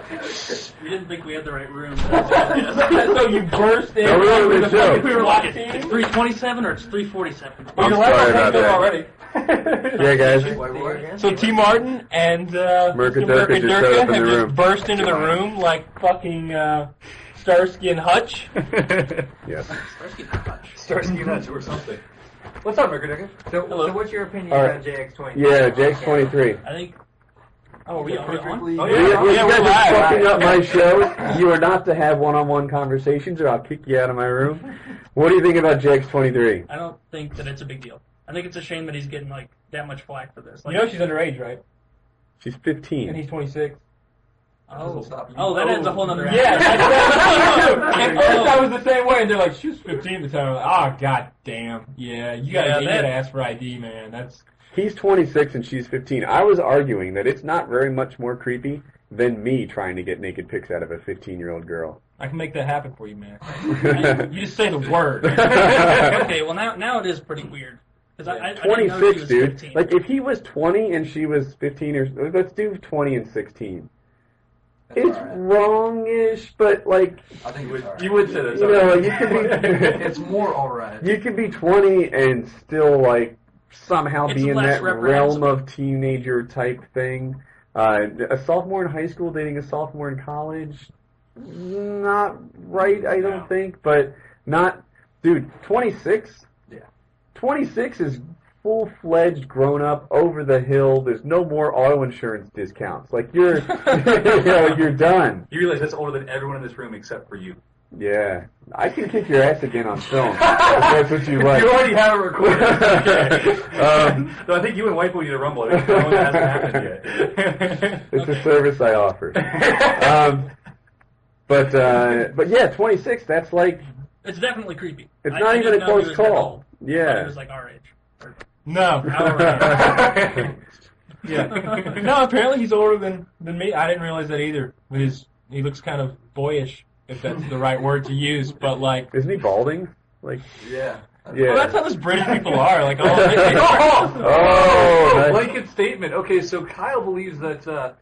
[SPEAKER 7] We didn't think we had the right room.
[SPEAKER 8] so you burst in.
[SPEAKER 1] No, we were on the show.
[SPEAKER 8] We were
[SPEAKER 7] Watch
[SPEAKER 8] live
[SPEAKER 7] it. It's
[SPEAKER 8] team.
[SPEAKER 7] 327 or it's 347.
[SPEAKER 1] I'm
[SPEAKER 8] Your laptop
[SPEAKER 1] sorry about
[SPEAKER 8] hanged up
[SPEAKER 1] that.
[SPEAKER 8] already.
[SPEAKER 1] yeah, guys,
[SPEAKER 2] What word?
[SPEAKER 8] So T. Martin and uh,
[SPEAKER 1] Merca
[SPEAKER 8] Mr.
[SPEAKER 1] Durka
[SPEAKER 8] Merca
[SPEAKER 1] just showed
[SPEAKER 8] Durka
[SPEAKER 1] up in
[SPEAKER 8] have
[SPEAKER 1] the
[SPEAKER 8] just
[SPEAKER 1] room.
[SPEAKER 8] burst into the room like fucking uh, Starsky and Hutch.
[SPEAKER 1] yes.
[SPEAKER 6] Starsky and Hutch or something.
[SPEAKER 2] What's up, Mercury? So,
[SPEAKER 7] Hello.
[SPEAKER 2] so what's your opinion
[SPEAKER 1] All right.
[SPEAKER 2] on JX23?
[SPEAKER 1] Yeah, Jake's twenty three.
[SPEAKER 7] I think.
[SPEAKER 8] Oh, are we, are we on?
[SPEAKER 4] Oh,
[SPEAKER 1] You,
[SPEAKER 4] yeah.
[SPEAKER 1] you
[SPEAKER 8] yeah,
[SPEAKER 1] guys are
[SPEAKER 8] we're live.
[SPEAKER 1] fucking up my show. You are not to have one-on-one conversations, or I'll kick you out of my room. What do you think about Jake's twenty-three?
[SPEAKER 7] I don't think that it's a big deal. I think it's a shame that he's getting like that much flack for this.
[SPEAKER 8] You
[SPEAKER 7] Like,
[SPEAKER 8] know she's underage, right?
[SPEAKER 1] She's
[SPEAKER 8] And
[SPEAKER 1] fifteen.
[SPEAKER 8] he's 26.
[SPEAKER 7] oh, oh, that adds a whole nother.
[SPEAKER 8] Yeah, that's, that's what I do. At first, I
[SPEAKER 7] oh,
[SPEAKER 8] was the same way, and they're like, she was 15 at the time. I'm like, oh, god damn. Yeah, you gotta,
[SPEAKER 7] Yeah,
[SPEAKER 8] you gotta
[SPEAKER 7] that-
[SPEAKER 8] ask for ID, man. That's
[SPEAKER 1] He's twenty-six and she's fifteen. I was arguing that it's not very much more creepy than me trying to get naked pics out of a fifteen-year-old girl.
[SPEAKER 8] I can make that happen for you, man. You just say the word.
[SPEAKER 7] okay, well now now it is pretty weird because I, I, I didn't know she
[SPEAKER 1] Twenty-six,
[SPEAKER 7] was
[SPEAKER 1] dude.
[SPEAKER 7] 15.
[SPEAKER 1] Like if he was twenty and she was fifteen, or let's do twenty and sixteen.
[SPEAKER 2] That's
[SPEAKER 1] It's
[SPEAKER 2] alright.
[SPEAKER 1] wrong-ish, but like
[SPEAKER 2] I think it's alright.
[SPEAKER 6] You would say that's
[SPEAKER 1] you know,
[SPEAKER 6] alright.
[SPEAKER 1] you could be.
[SPEAKER 2] more alright.
[SPEAKER 1] You can be 20 and still like somehow
[SPEAKER 7] It's
[SPEAKER 1] be in
[SPEAKER 7] less
[SPEAKER 1] that realm
[SPEAKER 7] reprehensible.
[SPEAKER 1] of teenager type thing. Uh, a sophomore in high school dating a sophomore in college, not right, I don't
[SPEAKER 6] No.
[SPEAKER 1] think. But not, dude, 26.
[SPEAKER 2] Yeah.
[SPEAKER 1] 26 is full fledged grown up over the hill. There's no more auto insurance discounts. Like you're, you know, you're done.
[SPEAKER 6] You realize that's older than everyone in this room except for you.
[SPEAKER 1] Yeah, I can kick your ass again on film. if that's what you like.
[SPEAKER 6] You already have it recorded.
[SPEAKER 1] Okay. Um,
[SPEAKER 6] Though I think you and White Boy need a rumble. I think that one hasn't happened yet.
[SPEAKER 1] It's a service I offer. um, but uh, but yeah, 26. That's like
[SPEAKER 7] It's definitely creepy.
[SPEAKER 1] it's
[SPEAKER 7] I-
[SPEAKER 1] not
[SPEAKER 7] I
[SPEAKER 1] even
[SPEAKER 7] didn't
[SPEAKER 1] a
[SPEAKER 7] know he
[SPEAKER 1] close
[SPEAKER 7] was that
[SPEAKER 1] call.
[SPEAKER 7] old. I thought he
[SPEAKER 1] Yeah.
[SPEAKER 7] was like our age. Or-
[SPEAKER 8] No. Yeah. no, apparently he's older than, than me. I didn't realize that either. With his, he looks kind of boyish. if that's the right word to use, but like,
[SPEAKER 1] Isn't he balding? Like,
[SPEAKER 6] Yeah.
[SPEAKER 1] yeah.
[SPEAKER 8] well, that's how this British people are. Like, all they, they all-
[SPEAKER 1] Oh,
[SPEAKER 6] Oh,
[SPEAKER 1] nice.
[SPEAKER 6] blanket statement. Okay, so Kyle believes that uh,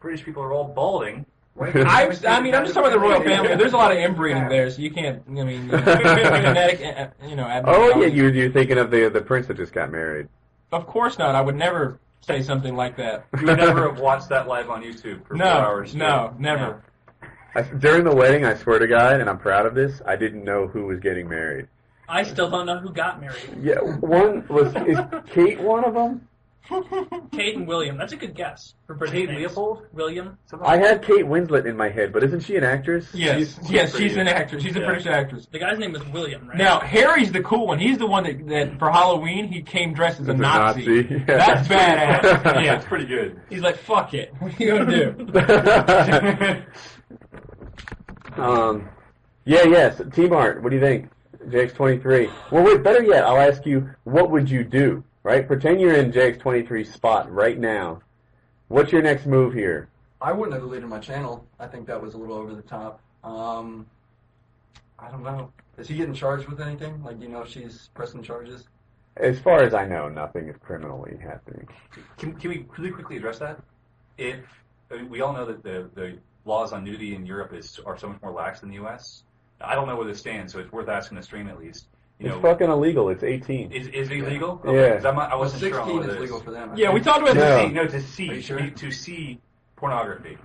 [SPEAKER 6] British people are all balding.
[SPEAKER 8] I, I mean, I'm just talking about the royal family. There's a lot of inbreeding there, so you can't. I mean, genetic, uh, you know.
[SPEAKER 1] oh yeah,
[SPEAKER 8] abnormalities.
[SPEAKER 1] you're you're thinking of the the prince that just got married.
[SPEAKER 8] Of course not. I would never say something like that.
[SPEAKER 6] You would never have watched that live on YouTube for
[SPEAKER 8] No,
[SPEAKER 6] four hours. straight.
[SPEAKER 8] no, never.
[SPEAKER 1] I, during the wedding, I swear to God, and I'm proud of this, I didn't know who was getting married.
[SPEAKER 7] I still don't know who got married.
[SPEAKER 1] Yeah, one was is Kate one of them?
[SPEAKER 7] Kate and William. That's a good guess for British
[SPEAKER 6] Kate
[SPEAKER 7] names.
[SPEAKER 6] Leopold?
[SPEAKER 7] William.
[SPEAKER 6] Something
[SPEAKER 1] I had Kate Winslet in my head, but isn't she an actress?
[SPEAKER 8] Yes,
[SPEAKER 6] She's-
[SPEAKER 8] yes,
[SPEAKER 6] she's
[SPEAKER 8] she's an
[SPEAKER 6] pretty.
[SPEAKER 8] actress. She's a
[SPEAKER 7] Yeah.
[SPEAKER 8] British actress.
[SPEAKER 7] The guy's name is William, right?
[SPEAKER 8] Now Harry's the cool one. He's the one that, that for Halloween he came dressed as a
[SPEAKER 1] As a
[SPEAKER 8] Nazi.
[SPEAKER 1] Nazi. Yeah.
[SPEAKER 8] That's badass.
[SPEAKER 6] yeah,
[SPEAKER 8] yeah.
[SPEAKER 6] it's pretty good.
[SPEAKER 8] He's like, fuck it. What are you gonna do?
[SPEAKER 1] um, yeah, yes. T Mart, what do you think? JX23. Well, wait, better yet, I'll ask you, what would you do? Right? Pretend you're in JX23's spot right now. What's your next move here?
[SPEAKER 2] I wouldn't have deleted my channel. I think that was a little over the top. Um, I don't know. Is he getting charged with anything? Like, you know, she's pressing charges.
[SPEAKER 1] As far as I know, nothing is criminally happening.
[SPEAKER 6] Can, can we really quickly address that? If I mean, we all know that the, the laws on nudity in Europe is are so much more lax than the U.S. I don't know where this stands, so it's worth asking the stream at least. You
[SPEAKER 1] It's
[SPEAKER 6] know,
[SPEAKER 1] fucking illegal. It's 18.
[SPEAKER 6] is is it illegal?
[SPEAKER 1] Yeah.
[SPEAKER 6] 'cause I'm not, I wasn't sure on
[SPEAKER 2] 16
[SPEAKER 6] what
[SPEAKER 2] is
[SPEAKER 6] it
[SPEAKER 2] legal for them. I
[SPEAKER 8] Yeah, we
[SPEAKER 2] think.
[SPEAKER 8] talked about
[SPEAKER 1] Yeah.
[SPEAKER 8] this.
[SPEAKER 6] See, no, to see
[SPEAKER 2] Are you sure?
[SPEAKER 6] to see pornography.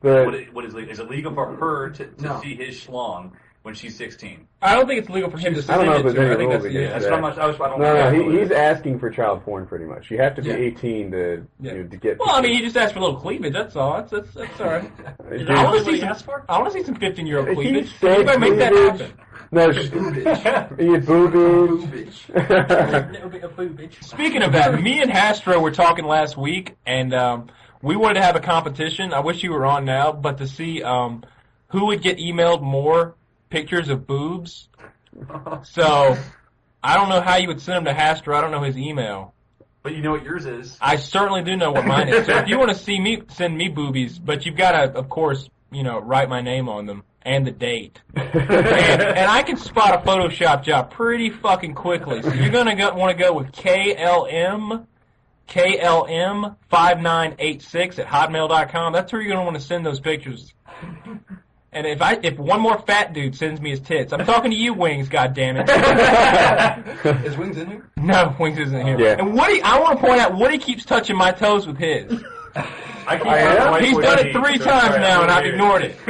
[SPEAKER 6] What
[SPEAKER 1] But
[SPEAKER 6] is, what is legal? Is it legal for her to, to
[SPEAKER 2] No.
[SPEAKER 6] see his schlong when she's 16?
[SPEAKER 8] I don't think it's legal for him to.
[SPEAKER 1] I don't know if there's
[SPEAKER 8] submit to it.
[SPEAKER 1] any
[SPEAKER 8] I think
[SPEAKER 1] rules
[SPEAKER 8] that's the-
[SPEAKER 1] against
[SPEAKER 8] yeah.
[SPEAKER 6] That's what I'm not, I, was, I
[SPEAKER 1] no,
[SPEAKER 6] don't know.
[SPEAKER 1] no, he, he's asking for child porn pretty much. You have to be
[SPEAKER 2] Yeah.
[SPEAKER 1] 18 to
[SPEAKER 8] Yeah.
[SPEAKER 1] you know, to get.
[SPEAKER 8] Well, I mean, he just asked for a little cleavage. That's all. That's that's, that's all right.
[SPEAKER 7] Is
[SPEAKER 1] Dude,
[SPEAKER 7] that
[SPEAKER 8] I wanna
[SPEAKER 7] what
[SPEAKER 8] see
[SPEAKER 7] he
[SPEAKER 8] some-
[SPEAKER 7] asked for?
[SPEAKER 8] I want to see some 15 year old
[SPEAKER 1] He
[SPEAKER 8] cleavage.
[SPEAKER 1] said
[SPEAKER 8] Anybody make that
[SPEAKER 1] cleavage.
[SPEAKER 8] happen?
[SPEAKER 1] no, sh- yeah, boobage.
[SPEAKER 2] Boobage.
[SPEAKER 7] It'll be a boob, bitch.
[SPEAKER 8] Speaking of that, me and Hastro were talking last week, and um, we wanted to have a competition. I wish you were on now, but to see um, who would get emailed more pictures of boobs. So I don't know how you would send them to Hastro. I don't know his email.
[SPEAKER 6] But you know what yours is.
[SPEAKER 8] I certainly do know what mine is. So if you want to see me, send me boobies, but you've got to, of course, you know, write my name on them and the date. and, and I can spot a Photoshop job pretty fucking quickly. So you're gonna go, want to go with KLM, KLM five nine eight six at hotmail.com. That's where you're gonna want to send those pictures. And if I if one more fat dude sends me his tits, I'm talking to you, Wings. God damn it!
[SPEAKER 2] Is Wings in here?
[SPEAKER 8] no, Wings isn't here.
[SPEAKER 1] Yeah.
[SPEAKER 8] And Woody, I want to point out, Woody keeps touching my toes with his.
[SPEAKER 6] I keep
[SPEAKER 1] I
[SPEAKER 6] having
[SPEAKER 1] am?
[SPEAKER 6] white
[SPEAKER 8] He's
[SPEAKER 6] boy
[SPEAKER 8] done it
[SPEAKER 6] teeth,
[SPEAKER 8] three
[SPEAKER 6] so
[SPEAKER 8] times
[SPEAKER 6] sorry,
[SPEAKER 8] now, and I've
[SPEAKER 6] I'm
[SPEAKER 8] ignored it.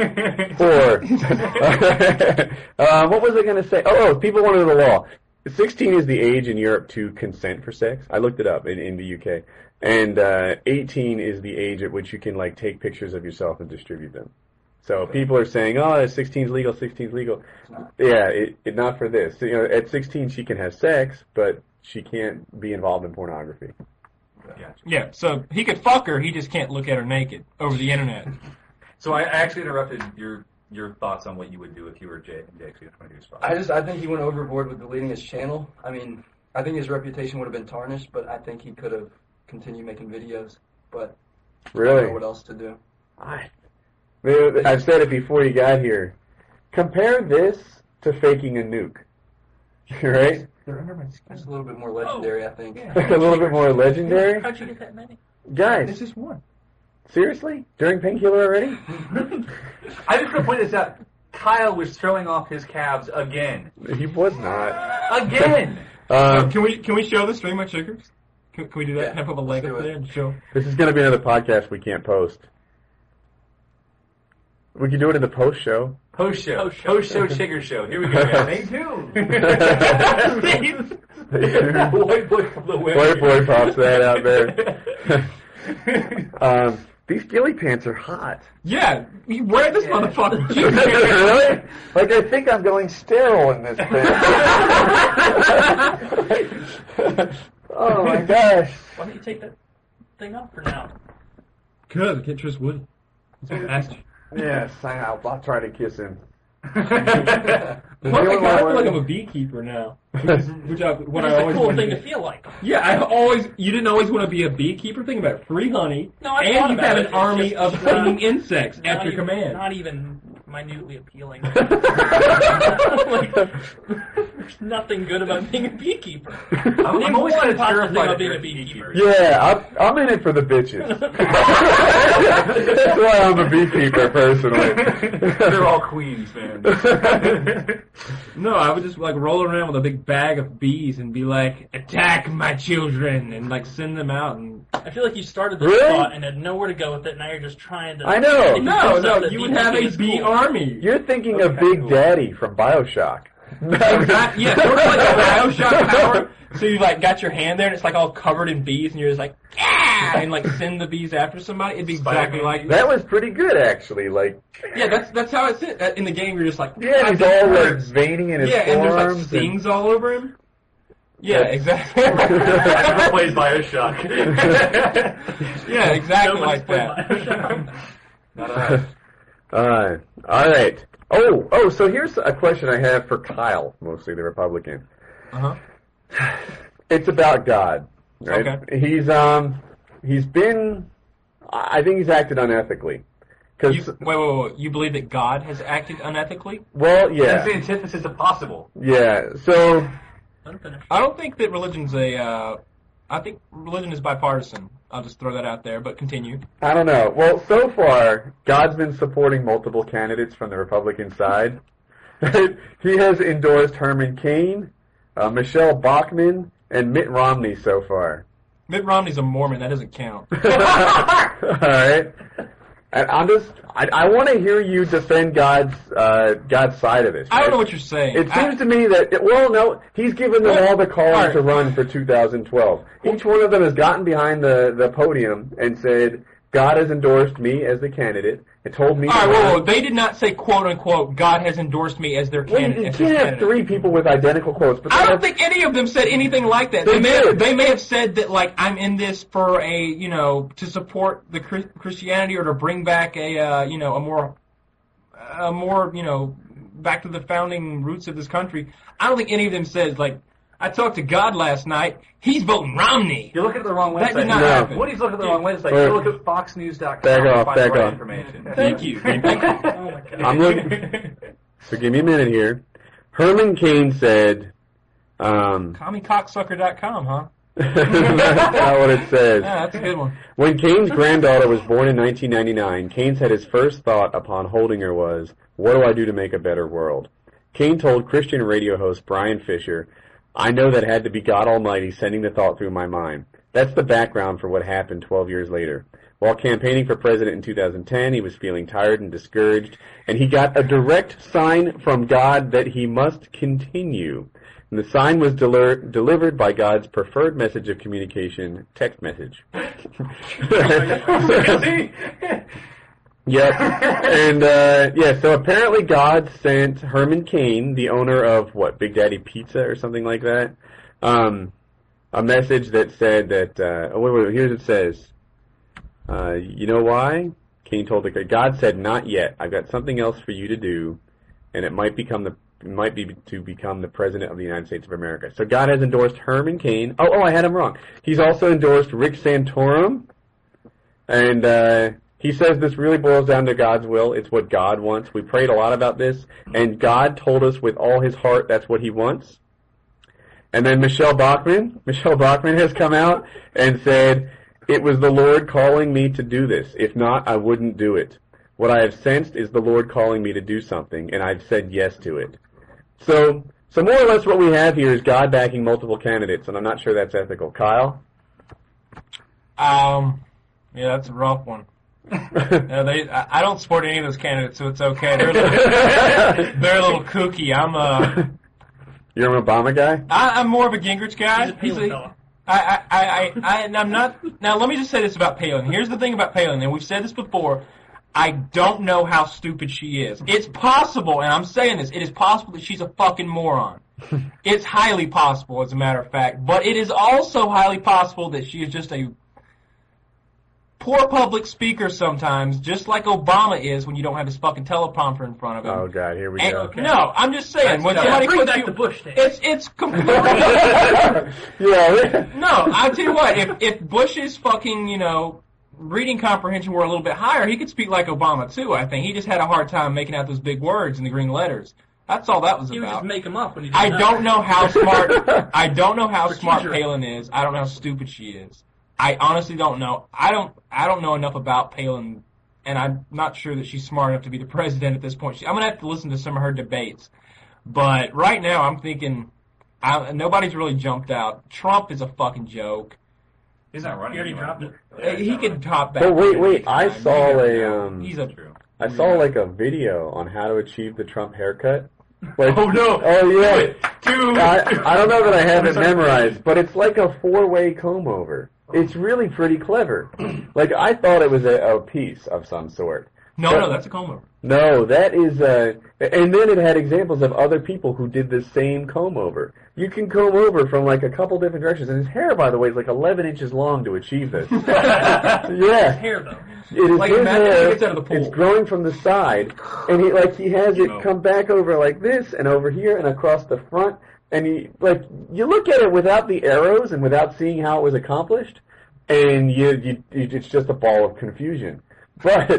[SPEAKER 1] Or, uh, what was I going to say? Oh, oh, people want to know the law. 16 is the age in Europe to consent for sex. I looked it up in, in the UK. And uh, 18 is the age at which you can like take pictures of yourself and distribute them. So people are saying, "Oh, 16's legal, 16's legal." Yeah, it, it not for this. You know, at 16 she can have sex, but she can't be involved in pornography.
[SPEAKER 6] Yeah.
[SPEAKER 8] Yeah, so he could fuck her, he just can't look at her naked over the internet.
[SPEAKER 6] So I I actually interrupted your your thoughts on what you would do if you were Jay and Jake.
[SPEAKER 2] I just, I think he went overboard with deleting his channel. I mean, I think his reputation would have been tarnished, but I think he could have continued making videos. But I don't know
[SPEAKER 1] Really?
[SPEAKER 2] what else to do.
[SPEAKER 1] I, I've said it before you got here. Compare this to faking a nuke, right?
[SPEAKER 6] They're under my
[SPEAKER 2] It's a little bit more legendary, I think.
[SPEAKER 1] a little bit more legendary,
[SPEAKER 7] How'd you get that many?
[SPEAKER 1] guys.
[SPEAKER 8] just one.
[SPEAKER 1] Seriously, during painkiller already?
[SPEAKER 6] I just want to point this out. Kyle was showing off his calves again.
[SPEAKER 1] He was not.
[SPEAKER 6] Again!
[SPEAKER 1] Um,
[SPEAKER 8] can we can we show the stream my chickers? Can, can we do that?
[SPEAKER 2] Yeah,
[SPEAKER 8] Can I put a leg
[SPEAKER 2] let's do
[SPEAKER 8] up
[SPEAKER 2] it.
[SPEAKER 8] there and show?
[SPEAKER 1] this is going to be another podcast we can't post. We can do it in the post show.
[SPEAKER 6] Post show.
[SPEAKER 7] Post
[SPEAKER 6] Post
[SPEAKER 7] show.
[SPEAKER 6] show. Post show chigger show. Here we go. guys.
[SPEAKER 1] Stay
[SPEAKER 6] tuned. White boy from the
[SPEAKER 1] Boy,
[SPEAKER 6] web.
[SPEAKER 1] boy, pops that out there. um, these ghillie pants are hot.
[SPEAKER 8] Yeah, we- wear this motherfucker. Jesus.
[SPEAKER 1] really? Like I think I'm going sterile in this thing. oh my gosh.
[SPEAKER 7] Why don't you take that thing off for now?
[SPEAKER 8] Good, get Tris Woody. He's a bastard.
[SPEAKER 1] Yes, I, I'll, I'll try to kiss him. Does
[SPEAKER 8] Oh my
[SPEAKER 1] anyone
[SPEAKER 8] God, I feel
[SPEAKER 1] want
[SPEAKER 8] like
[SPEAKER 1] to-
[SPEAKER 8] I'm a beekeeper now. Which I, what I
[SPEAKER 7] It's a
[SPEAKER 8] always
[SPEAKER 7] cool
[SPEAKER 8] wanted
[SPEAKER 7] thing
[SPEAKER 8] to
[SPEAKER 7] to feel like.
[SPEAKER 8] Yeah, I always you didn't always want to be a beekeeper. Think about it. free honey,
[SPEAKER 7] No, I
[SPEAKER 8] and
[SPEAKER 7] thought
[SPEAKER 8] you
[SPEAKER 7] about
[SPEAKER 8] have
[SPEAKER 7] it.
[SPEAKER 8] an
[SPEAKER 7] It's
[SPEAKER 8] army
[SPEAKER 7] just
[SPEAKER 8] of
[SPEAKER 7] not-
[SPEAKER 8] stinging insects at
[SPEAKER 7] Not
[SPEAKER 8] your
[SPEAKER 7] even-
[SPEAKER 8] command.
[SPEAKER 7] Not even minutely appealing.
[SPEAKER 8] Like-
[SPEAKER 7] There's nothing good about being a beekeeper.
[SPEAKER 6] I'm, I'm always kind of
[SPEAKER 7] positive thing
[SPEAKER 6] terrified
[SPEAKER 7] about
[SPEAKER 6] of
[SPEAKER 7] being a
[SPEAKER 6] being
[SPEAKER 7] beekeeper.
[SPEAKER 1] Yeah, I'm, I'm in it for the bitches. That's why I'm a beekeeper, personally.
[SPEAKER 6] They're all queens, man.
[SPEAKER 8] No, I would just like roll around with a big bag of bees and be like, "Attack my children!" and like send them out. And
[SPEAKER 7] I feel like you started this
[SPEAKER 1] Really?
[SPEAKER 7] thought and had nowhere to go with it. Now you're just trying to.
[SPEAKER 1] I know.
[SPEAKER 7] make
[SPEAKER 8] no,
[SPEAKER 7] sense
[SPEAKER 8] no,
[SPEAKER 7] of the
[SPEAKER 8] you would have a
[SPEAKER 7] beekeeping
[SPEAKER 8] bee
[SPEAKER 7] school.
[SPEAKER 8] army.
[SPEAKER 1] You're thinking of
[SPEAKER 6] Okay,
[SPEAKER 1] Big
[SPEAKER 6] cool.
[SPEAKER 1] Daddy from Bioshock.
[SPEAKER 8] Not, yeah, sort of like a Bioshock power. So you like got your hand there and it's like all covered in bees, and you're just like, "Yeah!" and like send the bees after somebody. It'd be exactly like
[SPEAKER 1] That was pretty good, actually. Like,
[SPEAKER 8] Yeah, that's that's how it's uh, in, in the game. You're just like,
[SPEAKER 1] yeah, he's
[SPEAKER 8] "Ah,
[SPEAKER 1] all like
[SPEAKER 8] birds."
[SPEAKER 1] veiny in his
[SPEAKER 8] yeah, and there's like
[SPEAKER 1] forearms.
[SPEAKER 8] stings all over him. Yeah,
[SPEAKER 1] That's-
[SPEAKER 8] exactly.
[SPEAKER 6] Everyone plays Bioshock.
[SPEAKER 8] yeah, exactly
[SPEAKER 7] No one's
[SPEAKER 8] like
[SPEAKER 7] played
[SPEAKER 8] that.
[SPEAKER 7] Bioshock.
[SPEAKER 6] Not
[SPEAKER 1] and-
[SPEAKER 6] us.
[SPEAKER 1] Uh, all right. Oh, oh. So here's a question I have for Kyle, mostly the Republican.
[SPEAKER 8] Uh-huh.
[SPEAKER 1] It's about God. Right?
[SPEAKER 8] Okay.
[SPEAKER 1] He's um, he's been. I I think he's acted unethically. Because
[SPEAKER 8] You, wait, wait, wait, wait. You believe that God has acted unethically?
[SPEAKER 1] well, yeah,
[SPEAKER 6] That's the antithesis of possible.
[SPEAKER 1] yeah. So
[SPEAKER 7] Unfinished.
[SPEAKER 8] I don't think that religion's a. Uh, I think religion is bipartisan. I'll just throw that out there. But continue.
[SPEAKER 1] I don't know. Well, so far, God's been supporting multiple candidates from the Republican side. he has endorsed Herman Cain, uh, Michelle Bachmann, and Mitt Romney so far.
[SPEAKER 8] Mitt Romney's a Mormon. That doesn't count.
[SPEAKER 1] All right. And I'm just, I, I want to hear you defend God's uh, God's side of this.
[SPEAKER 8] I don't know
[SPEAKER 1] right?
[SPEAKER 8] what you're saying.
[SPEAKER 1] It
[SPEAKER 8] I-
[SPEAKER 1] seems to me that it- well, no, he's given them all the call
[SPEAKER 8] All right.
[SPEAKER 1] to run for 2012. Each one of them has gotten behind the the podium and said, "God has endorsed me as the candidate and told me."
[SPEAKER 8] all right,
[SPEAKER 1] to
[SPEAKER 8] whoa,
[SPEAKER 1] run."
[SPEAKER 8] whoa. They did not say "quote unquote." God has endorsed me as their
[SPEAKER 1] Well, you-
[SPEAKER 8] candidate.
[SPEAKER 1] you
[SPEAKER 8] as
[SPEAKER 1] can't
[SPEAKER 8] his
[SPEAKER 1] have
[SPEAKER 8] candidate.
[SPEAKER 1] three people with identical quotes. But they
[SPEAKER 8] I
[SPEAKER 1] have-
[SPEAKER 8] don't think any of them said anything like that.
[SPEAKER 1] They
[SPEAKER 8] They, may
[SPEAKER 1] did.
[SPEAKER 8] have, they may have said that like I'm in this for a you know to support the Chris- Christianity or to bring back a uh, you know a more a more you know back to the founding roots of this country. I don't think any of them says like I talked to God last night. He's voting Romney.
[SPEAKER 6] You're looking at the wrong
[SPEAKER 8] That
[SPEAKER 6] website.
[SPEAKER 8] did not
[SPEAKER 1] No.
[SPEAKER 8] happen.
[SPEAKER 6] What he's looking at the wrong website?
[SPEAKER 1] Wait.
[SPEAKER 6] You look at
[SPEAKER 1] Back
[SPEAKER 6] foxnews.com. to
[SPEAKER 1] off,
[SPEAKER 6] find the
[SPEAKER 1] back
[SPEAKER 6] right
[SPEAKER 1] off.
[SPEAKER 6] Information.
[SPEAKER 8] Thank you. Thank you.
[SPEAKER 7] Oh my god.
[SPEAKER 1] I'm looking. so give me a minute here. Herman Cain said. Um,
[SPEAKER 8] CommieCocksucker.com, huh?
[SPEAKER 1] that's not what it says.
[SPEAKER 8] Yeah, that's a good one.
[SPEAKER 1] When Kane's granddaughter was born in 1999, Kane said his first thought upon holding her was, "What do I do to make a better world?" Kane told Christian radio host Brian Fisher, "I know that had to be God Almighty sending the thought through my mind." That's the background for what happened 12 years later. While campaigning for president in 2010, he was feeling tired and discouraged, and he got a direct sign from God that he must continue. And the sign was delir- delivered by God's preferred message of communication, text message.
[SPEAKER 6] Really?
[SPEAKER 1] Yep. and uh, yeah, so apparently God sent Herman Cain, the owner of what Big Daddy Pizza or something like that, um, a message that said that. Uh, oh wait, wait, wait, here's what it says. Uh, you know why? Cain told the God said, "Not yet. I've got something else for you to do, and it might become the." it Might be to become the president of the United States of America. So God has endorsed Herman Cain. Oh, oh, I had him wrong. He's also endorsed Rick Santorum, and uh, he says this really boils down to God's will. It's what God wants. We prayed a lot about this, and God told us with all his heart that's what he wants. And then Michelle Bachman, Michelle Bachman has come out and said, "It was the Lord calling me to do this. If not, I wouldn't do it. What I have sensed is the Lord calling me to do something, and I've said yes to it." So, so more or less, what we have here is God backing multiple candidates, and I'm not sure that's ethical. Kyle,
[SPEAKER 8] Um, yeah, that's a rough one. Yeah, Uh, they, I, I don't support any of those candidates, so it's okay. They're a little, they're a little kooky. I'm uh,
[SPEAKER 1] you're an Obama guy.
[SPEAKER 8] I, I'm more of a Gingrich guy.
[SPEAKER 7] He's a Palin fella.
[SPEAKER 8] I, I, I, I, and I'm not. Now, let me just say this about Palin. Here's the thing about Palin, and we've said this before. I don't know how stupid she is. It's possible, and I'm saying this, it is possible that she's a fucking moron. It's highly possible, as a matter of fact, but it is also highly possible that she is just a poor public speaker sometimes, just like Obama is when you don't have his fucking teleprompter in front of him.
[SPEAKER 1] Oh God, here we
[SPEAKER 8] And-
[SPEAKER 1] go.
[SPEAKER 8] No, I'm just saying, when
[SPEAKER 6] Yeah,
[SPEAKER 8] somebody
[SPEAKER 7] Bring
[SPEAKER 8] puts
[SPEAKER 7] back
[SPEAKER 8] you-
[SPEAKER 7] the Bush thing.
[SPEAKER 8] it's it's completely
[SPEAKER 1] yeah.
[SPEAKER 8] no. I tell you what, if if Bush's fucking you know reading comprehension were a little bit higher, he could speak like Obama too. I think he just had a hard time making out those big words and the green letters. That's all that was
[SPEAKER 7] He would
[SPEAKER 8] about.
[SPEAKER 7] just make them up when he didn't
[SPEAKER 8] I don't know how smart. I don't know how
[SPEAKER 7] For
[SPEAKER 8] smart
[SPEAKER 7] teacher.
[SPEAKER 8] Palin is. I don't know how stupid she is. I honestly don't know. I don't. I don't know enough about Palin, and I'm not sure that she's smart enough to be the president at this point. She, I'm gonna have to listen to some of her debates. But right now, I'm thinking, I, nobody's really jumped out. Trump is a fucking joke.
[SPEAKER 6] He's not running.
[SPEAKER 7] He already
[SPEAKER 6] anywhere.
[SPEAKER 7] dropped it.
[SPEAKER 6] Yeah, he's
[SPEAKER 8] he
[SPEAKER 6] not
[SPEAKER 8] could
[SPEAKER 6] running.
[SPEAKER 8] top that.
[SPEAKER 1] Oh, wait, wait,
[SPEAKER 8] anytime.
[SPEAKER 1] I
[SPEAKER 8] He's
[SPEAKER 1] saw
[SPEAKER 8] a-
[SPEAKER 1] a, um,
[SPEAKER 8] He's a.
[SPEAKER 6] True.
[SPEAKER 1] I saw like a video on how to achieve the Trump haircut. Like,
[SPEAKER 4] Oh, no.
[SPEAKER 1] Oh yeah.
[SPEAKER 4] Dude.
[SPEAKER 1] I, I don't know that I have it memorized, but it's like a four-way comb over. It's really pretty clever. Like I thought it was a, a piece of some sort.
[SPEAKER 8] No, no, that's a comb over.
[SPEAKER 1] No, that is uh and then it had examples of other people who did the same comb over. You can comb over from like a couple different directions, and his hair, by the way, is like 11 inches long to achieve this. yeah,
[SPEAKER 7] hair though.
[SPEAKER 1] it is
[SPEAKER 8] Like,
[SPEAKER 1] his
[SPEAKER 8] imagine
[SPEAKER 1] hair.
[SPEAKER 8] he gets out of the pool.
[SPEAKER 1] It's growing from the side, and he like he has it
[SPEAKER 6] Emo.
[SPEAKER 1] come back over like this, and over here, and across the front. And he like you look at it without the arrows and without seeing how it was accomplished, and you, you, you it's just a ball of confusion. But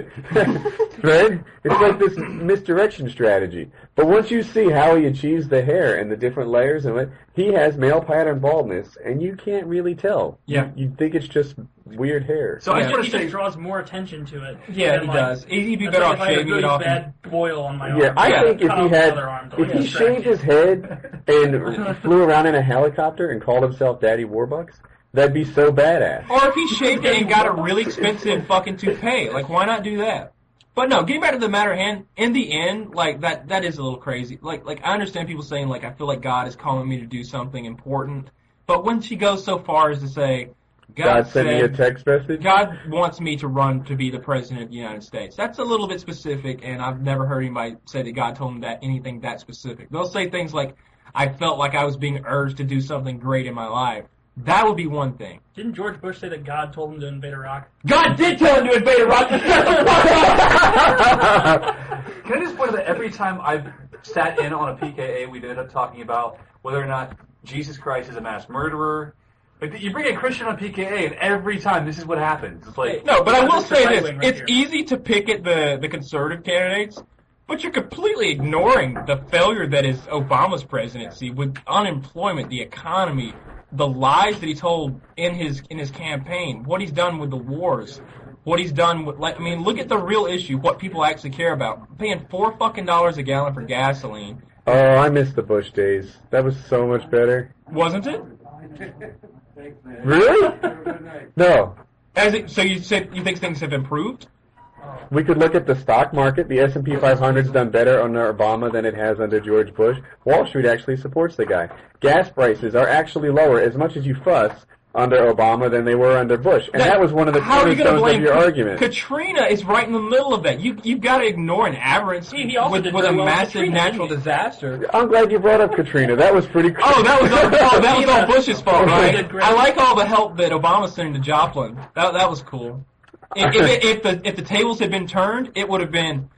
[SPEAKER 1] right, it's like this misdirection strategy. But once you see how he achieves the hair and the different layers and what he has male pattern baldness, and you can't really tell.
[SPEAKER 8] Yeah.
[SPEAKER 1] you think it's just weird hair.
[SPEAKER 6] So I just
[SPEAKER 8] Yeah.
[SPEAKER 6] want
[SPEAKER 7] He
[SPEAKER 6] to say,
[SPEAKER 7] just draws more attention to it.
[SPEAKER 8] Yeah,
[SPEAKER 7] than,
[SPEAKER 8] he
[SPEAKER 7] like,
[SPEAKER 8] does. He- He'd be
[SPEAKER 7] that's
[SPEAKER 8] better
[SPEAKER 7] like if
[SPEAKER 8] off
[SPEAKER 7] I had a
[SPEAKER 8] shaving
[SPEAKER 7] really
[SPEAKER 8] it off. and-
[SPEAKER 7] Bad boil on my arm.
[SPEAKER 1] Yeah, I
[SPEAKER 8] Yeah,
[SPEAKER 1] think if
[SPEAKER 7] cut
[SPEAKER 1] he
[SPEAKER 7] off
[SPEAKER 1] had,
[SPEAKER 7] another arm to,
[SPEAKER 1] if
[SPEAKER 7] like,
[SPEAKER 1] he
[SPEAKER 7] distract
[SPEAKER 1] shaved
[SPEAKER 7] you.
[SPEAKER 1] his head and flew around in a helicopter and called himself Daddy Warbucks, that'd be so
[SPEAKER 7] Oh,
[SPEAKER 1] badass.
[SPEAKER 8] Or if he shaved it and got a really expensive fucking toupee, like why not do that? But no, getting back to the matter at hand, in the end, like that that is a little crazy. Like like I understand people saying like I feel like God is calling me to do something important, but when she goes so far as to say God,
[SPEAKER 1] God sent me a
[SPEAKER 8] said
[SPEAKER 1] text message.
[SPEAKER 8] God wants me to run to be the president of the United States. That's a little bit specific, and I've never heard anybody say that God told them that anything that specific. They'll say things like, "I felt like I was being urged to do something great in my life." That would be one thing.
[SPEAKER 7] Didn't George Bush say that God told him to invade Iraq?
[SPEAKER 8] God did tell him to invade Iraq. to shut the fuck
[SPEAKER 6] can I just point out that every time I've sat in on a PKA, we ended up talking about whether or not Jesus Christ is a mass murderer. Like you bring a Christian on PKA, and every time this is what happens. It's like
[SPEAKER 8] No, but I will
[SPEAKER 7] That's the
[SPEAKER 8] say
[SPEAKER 7] right
[SPEAKER 8] this:
[SPEAKER 7] wing right
[SPEAKER 8] it's
[SPEAKER 7] here.
[SPEAKER 8] easy to pick at the the conservative candidates, but you're completely ignoring the failure that is Obama's presidency with unemployment, the economy, the lies that he told in his in his campaign, what he's done with the wars, what he's done with. Like, I mean, look at the real issue: what people actually care about. Paying four fucking dollars a gallon for gasoline,
[SPEAKER 1] Oh, I miss the Bush days. That was so much better.
[SPEAKER 8] wasn't it?
[SPEAKER 1] Really? No.
[SPEAKER 8] As it, so you said you think things have improved?
[SPEAKER 1] We could look at the stock market. The S&P 500's done better under Obama than it has under George Bush. Wall Street actually supports the guy. Gas prices are actually lower as much as you fuss under Obama than they were under Bush. And
[SPEAKER 8] That-
[SPEAKER 1] that was one of the
[SPEAKER 8] how are you gonna
[SPEAKER 1] cornerstones of
[SPEAKER 8] blame
[SPEAKER 1] your argument.
[SPEAKER 8] Katrina is right in the middle of that. You you've got to ignore an aberrance
[SPEAKER 7] He- he also
[SPEAKER 8] with,
[SPEAKER 7] did
[SPEAKER 8] with a
[SPEAKER 7] very well with
[SPEAKER 8] massive
[SPEAKER 7] Katrina,
[SPEAKER 8] natural
[SPEAKER 7] didn't he?
[SPEAKER 8] disaster.
[SPEAKER 1] I'm glad you brought up Katrina. That was pretty. Cool.
[SPEAKER 8] Oh, that was all, oh, that was all Bush's fault,
[SPEAKER 1] He
[SPEAKER 8] right?
[SPEAKER 7] did great.
[SPEAKER 8] I like all the help that Obama sent to Joplin. That that was cool. If, if, it, if the if the tables had been turned, it would have been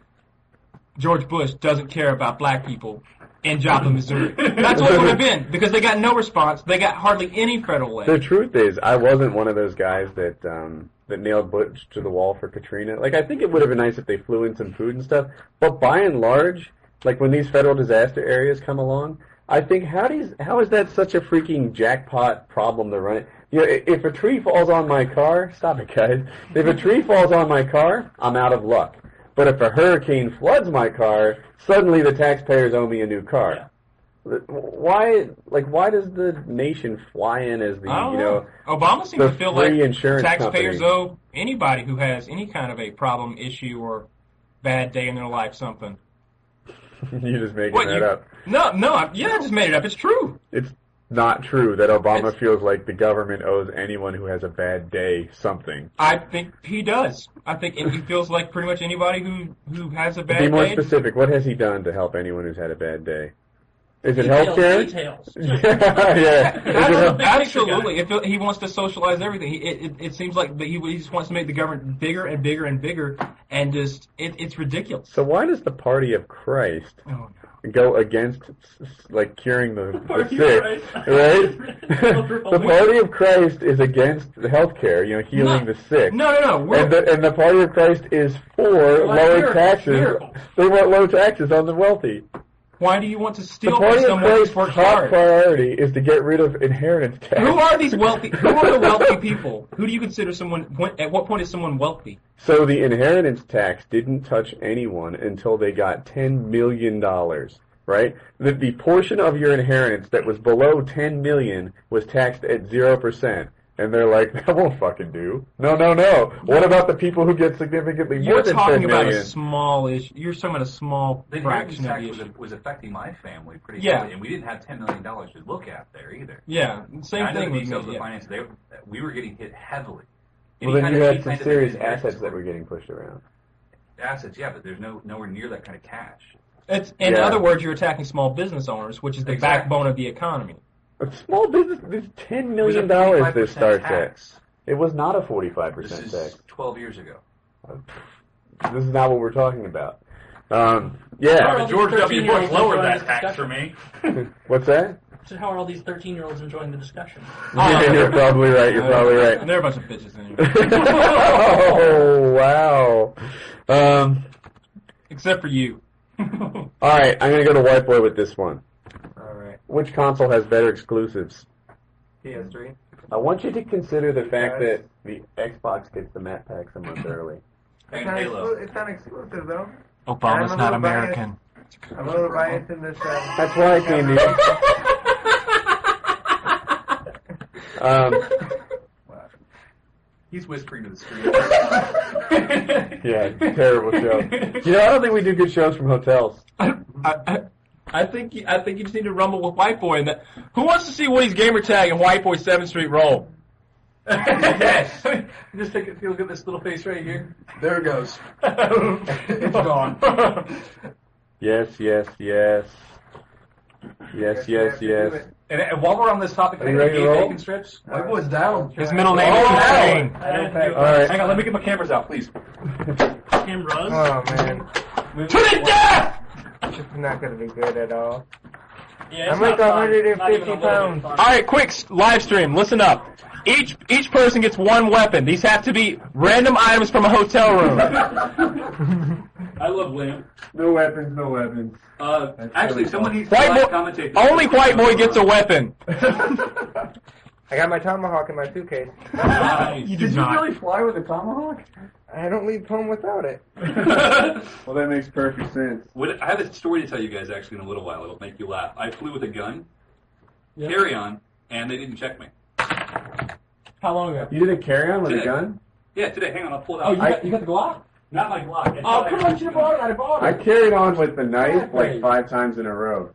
[SPEAKER 8] George Bush doesn't care about black people in Joplin, Missouri. That's what it would have been because they got no response. They got hardly any federal
[SPEAKER 1] The
[SPEAKER 8] aid.
[SPEAKER 1] truth is, I wasn't one of those guys that um, that nailed Butch to the wall for Katrina. Like, I think it would have been nice if they flew in some food and stuff. But by and large, like when these federal disaster areas come along, I think how does how is that such a freaking jackpot problem to run it? You know, i- if a tree falls on my car, stop it, guys. If a tree falls on my car, I'm out of luck. But if a hurricane floods my car, suddenly the taxpayers owe me a new car why like why does the nation fly in as the
[SPEAKER 8] I don't
[SPEAKER 1] you know
[SPEAKER 8] Oh, Obama seems
[SPEAKER 1] the
[SPEAKER 8] to feel
[SPEAKER 1] free
[SPEAKER 8] like
[SPEAKER 1] insurance
[SPEAKER 8] taxpayers
[SPEAKER 1] company.
[SPEAKER 8] owe anybody who has any kind of a problem, issue, or bad day in their life something.
[SPEAKER 1] you're just making
[SPEAKER 8] What
[SPEAKER 1] that
[SPEAKER 8] you?
[SPEAKER 1] up
[SPEAKER 8] No, no. I, yeah, I just made it up. It's true.
[SPEAKER 1] it's not true that obama
[SPEAKER 8] It's-
[SPEAKER 1] feels like the government owes anyone who has a bad day something
[SPEAKER 8] I think he does. I think and he feels like pretty much anybody who who has a
[SPEAKER 1] be
[SPEAKER 8] bad
[SPEAKER 1] more
[SPEAKER 8] day.
[SPEAKER 1] specific what has he done to help anyone who's had a bad day is it
[SPEAKER 7] Details,
[SPEAKER 1] health care
[SPEAKER 7] Details.
[SPEAKER 1] yeah, yeah. Is it
[SPEAKER 7] That's-
[SPEAKER 1] health-
[SPEAKER 7] big picture
[SPEAKER 8] Absolutely, it feel, he wants to socialize everything. He, it, it, it seems like that he, he just wants to make the government bigger and bigger and bigger, and just it, it's ridiculous.
[SPEAKER 1] so why does the party of christ
[SPEAKER 8] Oh no.
[SPEAKER 1] go against like curing the, the
[SPEAKER 7] Party
[SPEAKER 1] sick,
[SPEAKER 7] of Christ.
[SPEAKER 1] right? the
[SPEAKER 7] Overall.
[SPEAKER 1] party of Christ is against the healthcare, you know, healing
[SPEAKER 8] No.
[SPEAKER 1] the sick.
[SPEAKER 8] No, no, no. We're,
[SPEAKER 1] And the, and the party of Christ is for
[SPEAKER 8] Well,
[SPEAKER 1] lower
[SPEAKER 8] miracles,
[SPEAKER 1] taxes.
[SPEAKER 8] miracles.
[SPEAKER 1] They want low taxes on the wealthy.
[SPEAKER 8] why do you want to
[SPEAKER 1] The
[SPEAKER 8] steal from
[SPEAKER 1] party of
[SPEAKER 8] someone who's
[SPEAKER 1] Christ's
[SPEAKER 8] worked
[SPEAKER 1] top
[SPEAKER 8] hard?
[SPEAKER 1] priority is to get rid of inheritance tax.
[SPEAKER 8] Who are these wealthy? Who are the wealthy people? Who do you consider someone? When, at what point is someone wealthy?
[SPEAKER 1] So the inheritance tax didn't touch anyone until they got ten million dollars, right? The, the portion of your inheritance that was below ten million was taxed at zero percent. And they're like, that won't fucking do. No, no, no. What about the people who get significantly more
[SPEAKER 8] You're
[SPEAKER 1] than
[SPEAKER 8] talking
[SPEAKER 1] ten
[SPEAKER 8] about
[SPEAKER 1] million?
[SPEAKER 8] a small issue. You're talking about a small
[SPEAKER 6] The inheritance
[SPEAKER 8] fraction of
[SPEAKER 6] tax
[SPEAKER 8] the
[SPEAKER 6] was,
[SPEAKER 8] issue.
[SPEAKER 6] was affecting my family pretty
[SPEAKER 8] Yeah.
[SPEAKER 6] heavily, and we didn't have ten million dollars to look at there either.
[SPEAKER 8] Yeah,
[SPEAKER 6] And
[SPEAKER 8] same
[SPEAKER 6] I know the
[SPEAKER 8] thing with me.
[SPEAKER 6] details of
[SPEAKER 8] yeah.
[SPEAKER 6] finance. They, we were getting hit heavily.
[SPEAKER 1] well,
[SPEAKER 6] Any
[SPEAKER 1] then
[SPEAKER 6] kind
[SPEAKER 1] you
[SPEAKER 6] of-
[SPEAKER 1] had
[SPEAKER 6] any
[SPEAKER 1] some
[SPEAKER 6] kind of
[SPEAKER 1] serious
[SPEAKER 6] inheritance
[SPEAKER 1] assets that
[SPEAKER 6] were-
[SPEAKER 1] were getting pushed around.
[SPEAKER 6] assets, yeah, but there's no nowhere near that kind of cash.
[SPEAKER 8] It's, in
[SPEAKER 1] Yeah.
[SPEAKER 8] other words, you're attacking small business owners, which is the
[SPEAKER 6] Exactly.
[SPEAKER 8] backbone of the economy.
[SPEAKER 1] A small business, this ten
[SPEAKER 6] It was a
[SPEAKER 1] million dollars
[SPEAKER 6] 45%
[SPEAKER 1] this starts at.
[SPEAKER 6] tax.
[SPEAKER 1] It was not a forty-five
[SPEAKER 6] This
[SPEAKER 1] percent
[SPEAKER 6] is
[SPEAKER 1] tax.
[SPEAKER 6] 12 years ago.
[SPEAKER 1] This is not what we're talking about. Um, yeah.
[SPEAKER 7] Alright. George W. Bush lowered that tax for
[SPEAKER 6] me.
[SPEAKER 1] What's that?
[SPEAKER 7] So how are all these 13 year olds enjoying the discussion?
[SPEAKER 1] Yeah, you're probably right. You're probably right.
[SPEAKER 8] They're a bunch of bitches anyway.
[SPEAKER 1] oh wow. Um,
[SPEAKER 8] Except for you.
[SPEAKER 1] all right, I'm gonna go to white boy with this one.
[SPEAKER 2] All right.
[SPEAKER 1] Which console has better exclusives?
[SPEAKER 2] PS3.
[SPEAKER 1] I want you to consider the fact that the Xbox gets the map packs a month early.
[SPEAKER 6] And
[SPEAKER 2] It's not,
[SPEAKER 6] Halo.
[SPEAKER 2] exclu- it's not exclusive though. I'm
[SPEAKER 8] Obama's
[SPEAKER 2] a not little American. I'm a little biased in this. Uh,
[SPEAKER 1] That's why I came here. Um,
[SPEAKER 6] He's whispering to the screen.
[SPEAKER 1] yeah, terrible show. You know, I don't think we do good shows from hotels.
[SPEAKER 8] I, I, I think you, I think you just need to rumble with White Boy. And that, who wants to see Woody's gamer tag and White Boy Seventh Street roll?
[SPEAKER 6] yes. Just take a look at this little face right here. There it goes. it's gone.
[SPEAKER 1] Yes, yes, yes. Yes, yes, yes.
[SPEAKER 6] and, and while we're on this topic,
[SPEAKER 1] Are you ready to
[SPEAKER 6] gay
[SPEAKER 1] roll?
[SPEAKER 6] bacon strips.
[SPEAKER 2] uh,
[SPEAKER 6] White boy's down.
[SPEAKER 8] His middle name
[SPEAKER 6] Oh,
[SPEAKER 8] is
[SPEAKER 6] wow.
[SPEAKER 8] Shane.
[SPEAKER 7] I don't
[SPEAKER 1] All
[SPEAKER 7] think
[SPEAKER 1] right.
[SPEAKER 6] Hang on, let me get my cameras out, please.
[SPEAKER 7] Tim Rose.
[SPEAKER 2] Oh man,
[SPEAKER 8] To the death!
[SPEAKER 2] this is not gonna be good at all.
[SPEAKER 7] yeah,
[SPEAKER 2] I'm
[SPEAKER 7] it's
[SPEAKER 2] like
[SPEAKER 7] not fun.
[SPEAKER 2] 150
[SPEAKER 7] Not even a little
[SPEAKER 2] pounds.
[SPEAKER 7] bit fun.
[SPEAKER 8] All right, quick s- live stream. Listen up. Each each person gets one weapon. These have to be random items from a hotel room.
[SPEAKER 7] I love William.
[SPEAKER 1] No weapons, no weapons.
[SPEAKER 7] Uh,
[SPEAKER 6] Actually, someone needs to
[SPEAKER 8] White
[SPEAKER 6] live
[SPEAKER 8] boy-
[SPEAKER 6] commentate.
[SPEAKER 8] Only white boy gets a weapon.
[SPEAKER 2] I got my tomahawk in my suitcase.
[SPEAKER 6] Nice.
[SPEAKER 8] You did not.
[SPEAKER 6] fly with a tomahawk?
[SPEAKER 2] I don't leave home without it.
[SPEAKER 1] Well, that makes perfect sense.
[SPEAKER 6] What, I have a story to tell you guys actually in a little while. It'll make you laugh. I flew with a gun,
[SPEAKER 7] Yeah.
[SPEAKER 6] carry on, and they didn't check me.
[SPEAKER 7] How long ago?
[SPEAKER 1] You did a carry on with a
[SPEAKER 6] Today.
[SPEAKER 1] gun?
[SPEAKER 6] Yeah, today. Hang on, I'll pull it out.
[SPEAKER 7] Oh, you got the Glock?
[SPEAKER 6] not my Glock. It's
[SPEAKER 7] Oh,
[SPEAKER 6] not
[SPEAKER 7] come
[SPEAKER 6] my-
[SPEAKER 7] on, you should have bought it. I bought
[SPEAKER 1] I
[SPEAKER 7] it.
[SPEAKER 1] carried on with the knife like
[SPEAKER 7] Exactly.
[SPEAKER 1] five times in a row.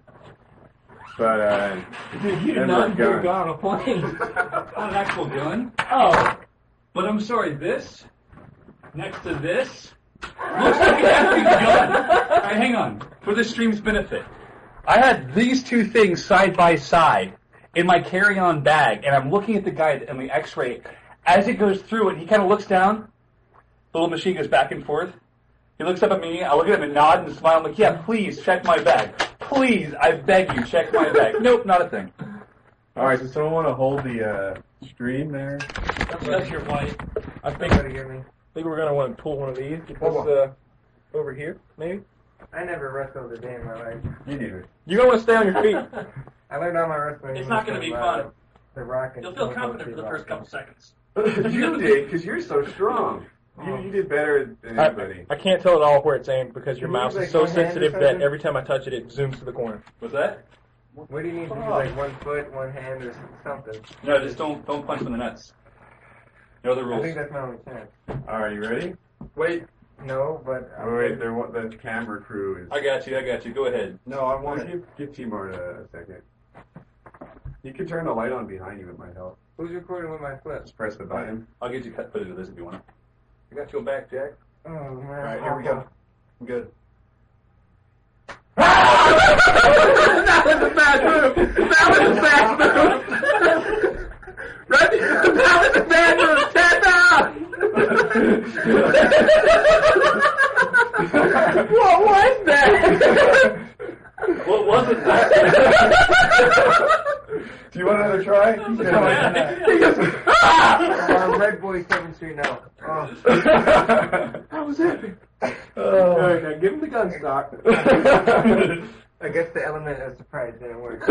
[SPEAKER 1] But, uh,
[SPEAKER 7] Dude, you
[SPEAKER 1] Never
[SPEAKER 7] did not do
[SPEAKER 1] gun.
[SPEAKER 7] it on a plane.
[SPEAKER 6] Not an actual gun.
[SPEAKER 7] Oh,
[SPEAKER 6] But I'm sorry, this next to this looks like an actual gun. All right, hang on. For the stream's benefit, I had these two things side by side in my carry-on bag, and I'm looking at the guy in the X-ray. As it goes through it, he kind of looks down. The little machine goes back and forth. He looks up at me. I look at him and nod and smile. I'm like, "Yeah, please check my bag. Please, I beg you, check my bag." nope, not a thing.
[SPEAKER 1] alright, so someone want to hold the, uh, stream there?
[SPEAKER 7] that's, that's your wife.
[SPEAKER 8] I think
[SPEAKER 2] Somebody get me.
[SPEAKER 8] think we're gonna want to pull one of these. Get
[SPEAKER 2] Hold on.
[SPEAKER 8] uh, over here, maybe.
[SPEAKER 2] I never wrestled a day in my life.
[SPEAKER 1] You neither.
[SPEAKER 8] You're gonna want to stay on your feet.
[SPEAKER 2] I learned all my wrestling.
[SPEAKER 7] It's not gonna be fun.
[SPEAKER 2] The Rock and
[SPEAKER 7] You'll feel
[SPEAKER 2] Stone Cold
[SPEAKER 7] confident for
[SPEAKER 2] Steve
[SPEAKER 7] the first couple
[SPEAKER 2] Austin.
[SPEAKER 7] seconds.
[SPEAKER 1] you did, because you're so strong. You, you did better than
[SPEAKER 8] I,
[SPEAKER 1] anybody.
[SPEAKER 8] I can't tell at all where it's aimed because your
[SPEAKER 2] Can you
[SPEAKER 8] mouse
[SPEAKER 2] use,
[SPEAKER 8] is
[SPEAKER 2] like, one
[SPEAKER 8] so
[SPEAKER 2] hand or
[SPEAKER 8] sensitive that
[SPEAKER 2] something?
[SPEAKER 8] every time I touch it, it zooms to the corner.
[SPEAKER 6] What's that?
[SPEAKER 2] What do you need to do? Like one foot, one hand, or something.
[SPEAKER 6] No, just don't don't punch him in the nuts. No other
[SPEAKER 2] I
[SPEAKER 6] rules.
[SPEAKER 2] think that's my only chance.
[SPEAKER 1] Alright, you ready?
[SPEAKER 6] Wait,
[SPEAKER 2] No, but I'm
[SPEAKER 1] Oh, wait, there, wa- the camera crew is...
[SPEAKER 6] I got you. I got you. Go ahead.
[SPEAKER 1] No, I want to give, give T-Mart a, a second. You can turn the light on behind you, it might help.
[SPEAKER 2] Who's recording with my flip?
[SPEAKER 1] Just press the button.
[SPEAKER 6] I'll get you cut footage of this if you want. I got your back, Jack.
[SPEAKER 2] Oh man.
[SPEAKER 6] All right, here we go. I'm good.
[SPEAKER 1] that was a bad move! That was a bad move! Right? That was a bad move! Stand down! what was that?
[SPEAKER 2] the
[SPEAKER 9] "Ah!"
[SPEAKER 2] Red Boy 730. Oh.
[SPEAKER 9] That was epic. Alright, now give him the gun stock.
[SPEAKER 2] I guess the element of surprise didn't work.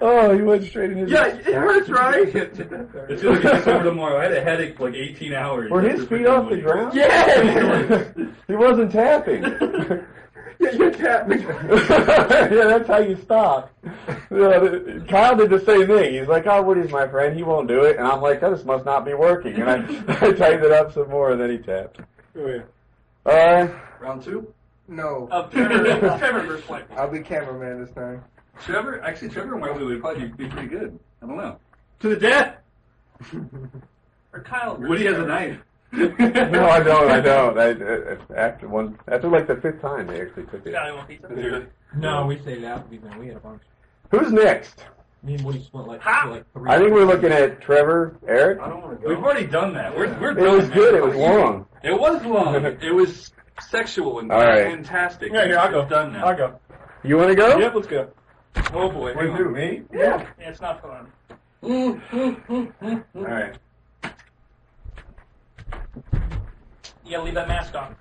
[SPEAKER 1] oh, he went straight in his.
[SPEAKER 9] yeah, it hurts, right?
[SPEAKER 6] It's gonna be sore tomorrow. I had a headache for like 18 hours.
[SPEAKER 1] Were his
[SPEAKER 6] Just
[SPEAKER 1] feet
[SPEAKER 6] freaking
[SPEAKER 1] off the
[SPEAKER 6] money.
[SPEAKER 1] ground?
[SPEAKER 9] Yeah.
[SPEAKER 1] he wasn't tapping.
[SPEAKER 9] yeah, you tapped me.
[SPEAKER 1] yeah, that's how you stop. Yeah, the- Kyle did the same thing. He's like, "Oh, Woody's my friend. He won't do it." And I'm like, "This must not be working." And I, I tightened it up some more, and then he tapped. Uh,
[SPEAKER 9] Oh, yeah.
[SPEAKER 1] All right.
[SPEAKER 6] Round two.
[SPEAKER 2] No.
[SPEAKER 6] Uh,
[SPEAKER 10] Of Trevor, Trevor versus White.
[SPEAKER 2] I'll be cameraman this time.
[SPEAKER 6] Trevor, actually, Trevor and Wiley would probably be pretty good. I don't know.
[SPEAKER 9] To the death.
[SPEAKER 10] Or Kyle.
[SPEAKER 6] Woody has a knife.
[SPEAKER 1] No, I don't. I don't. I, I, after one, after like the fifth time, they actually took it.
[SPEAKER 10] Yeah, I want pizza.
[SPEAKER 11] No, we stayed at Applebee's man. We had a bunch.
[SPEAKER 1] Who's next?
[SPEAKER 11] Me and Woody split like,
[SPEAKER 10] Ha!
[SPEAKER 11] split, like three.
[SPEAKER 1] I think we're looking at Trevor, Eric.
[SPEAKER 6] I don't want to go. We've already done that. We're we're
[SPEAKER 1] It
[SPEAKER 6] done,
[SPEAKER 1] was
[SPEAKER 6] man.
[SPEAKER 1] good. It was long.
[SPEAKER 6] It was long. it was sexual and
[SPEAKER 1] All right.
[SPEAKER 6] fantastic.
[SPEAKER 11] Yeah, here, I'll go.
[SPEAKER 6] We've Done now.
[SPEAKER 11] I'll go.
[SPEAKER 1] You want to go?
[SPEAKER 11] Yep, let's go.
[SPEAKER 6] Oh boy. hang on.
[SPEAKER 1] me?
[SPEAKER 10] Yeah. It's not fun.
[SPEAKER 1] All right.
[SPEAKER 10] You gotta leave that mask on.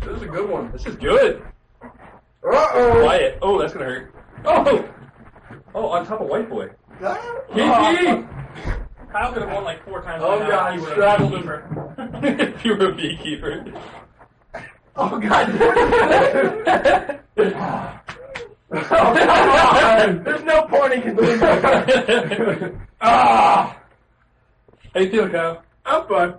[SPEAKER 6] This is a good one. This is good.
[SPEAKER 2] Uh oh!
[SPEAKER 6] Quiet. Oh, that's gonna hurt. Oh. Oh, on top of white boy.
[SPEAKER 10] Oh.
[SPEAKER 6] Kiki.
[SPEAKER 10] Kyle could have won like four times.
[SPEAKER 6] Oh,
[SPEAKER 10] by now
[SPEAKER 6] God,
[SPEAKER 10] if he
[SPEAKER 6] he's
[SPEAKER 10] would've-
[SPEAKER 6] straddled him.
[SPEAKER 10] Keeper.
[SPEAKER 6] if you were a beekeeper.
[SPEAKER 2] Oh god!
[SPEAKER 6] There's no point in continuing. ah. How you feeling, Kyle? I'm fine.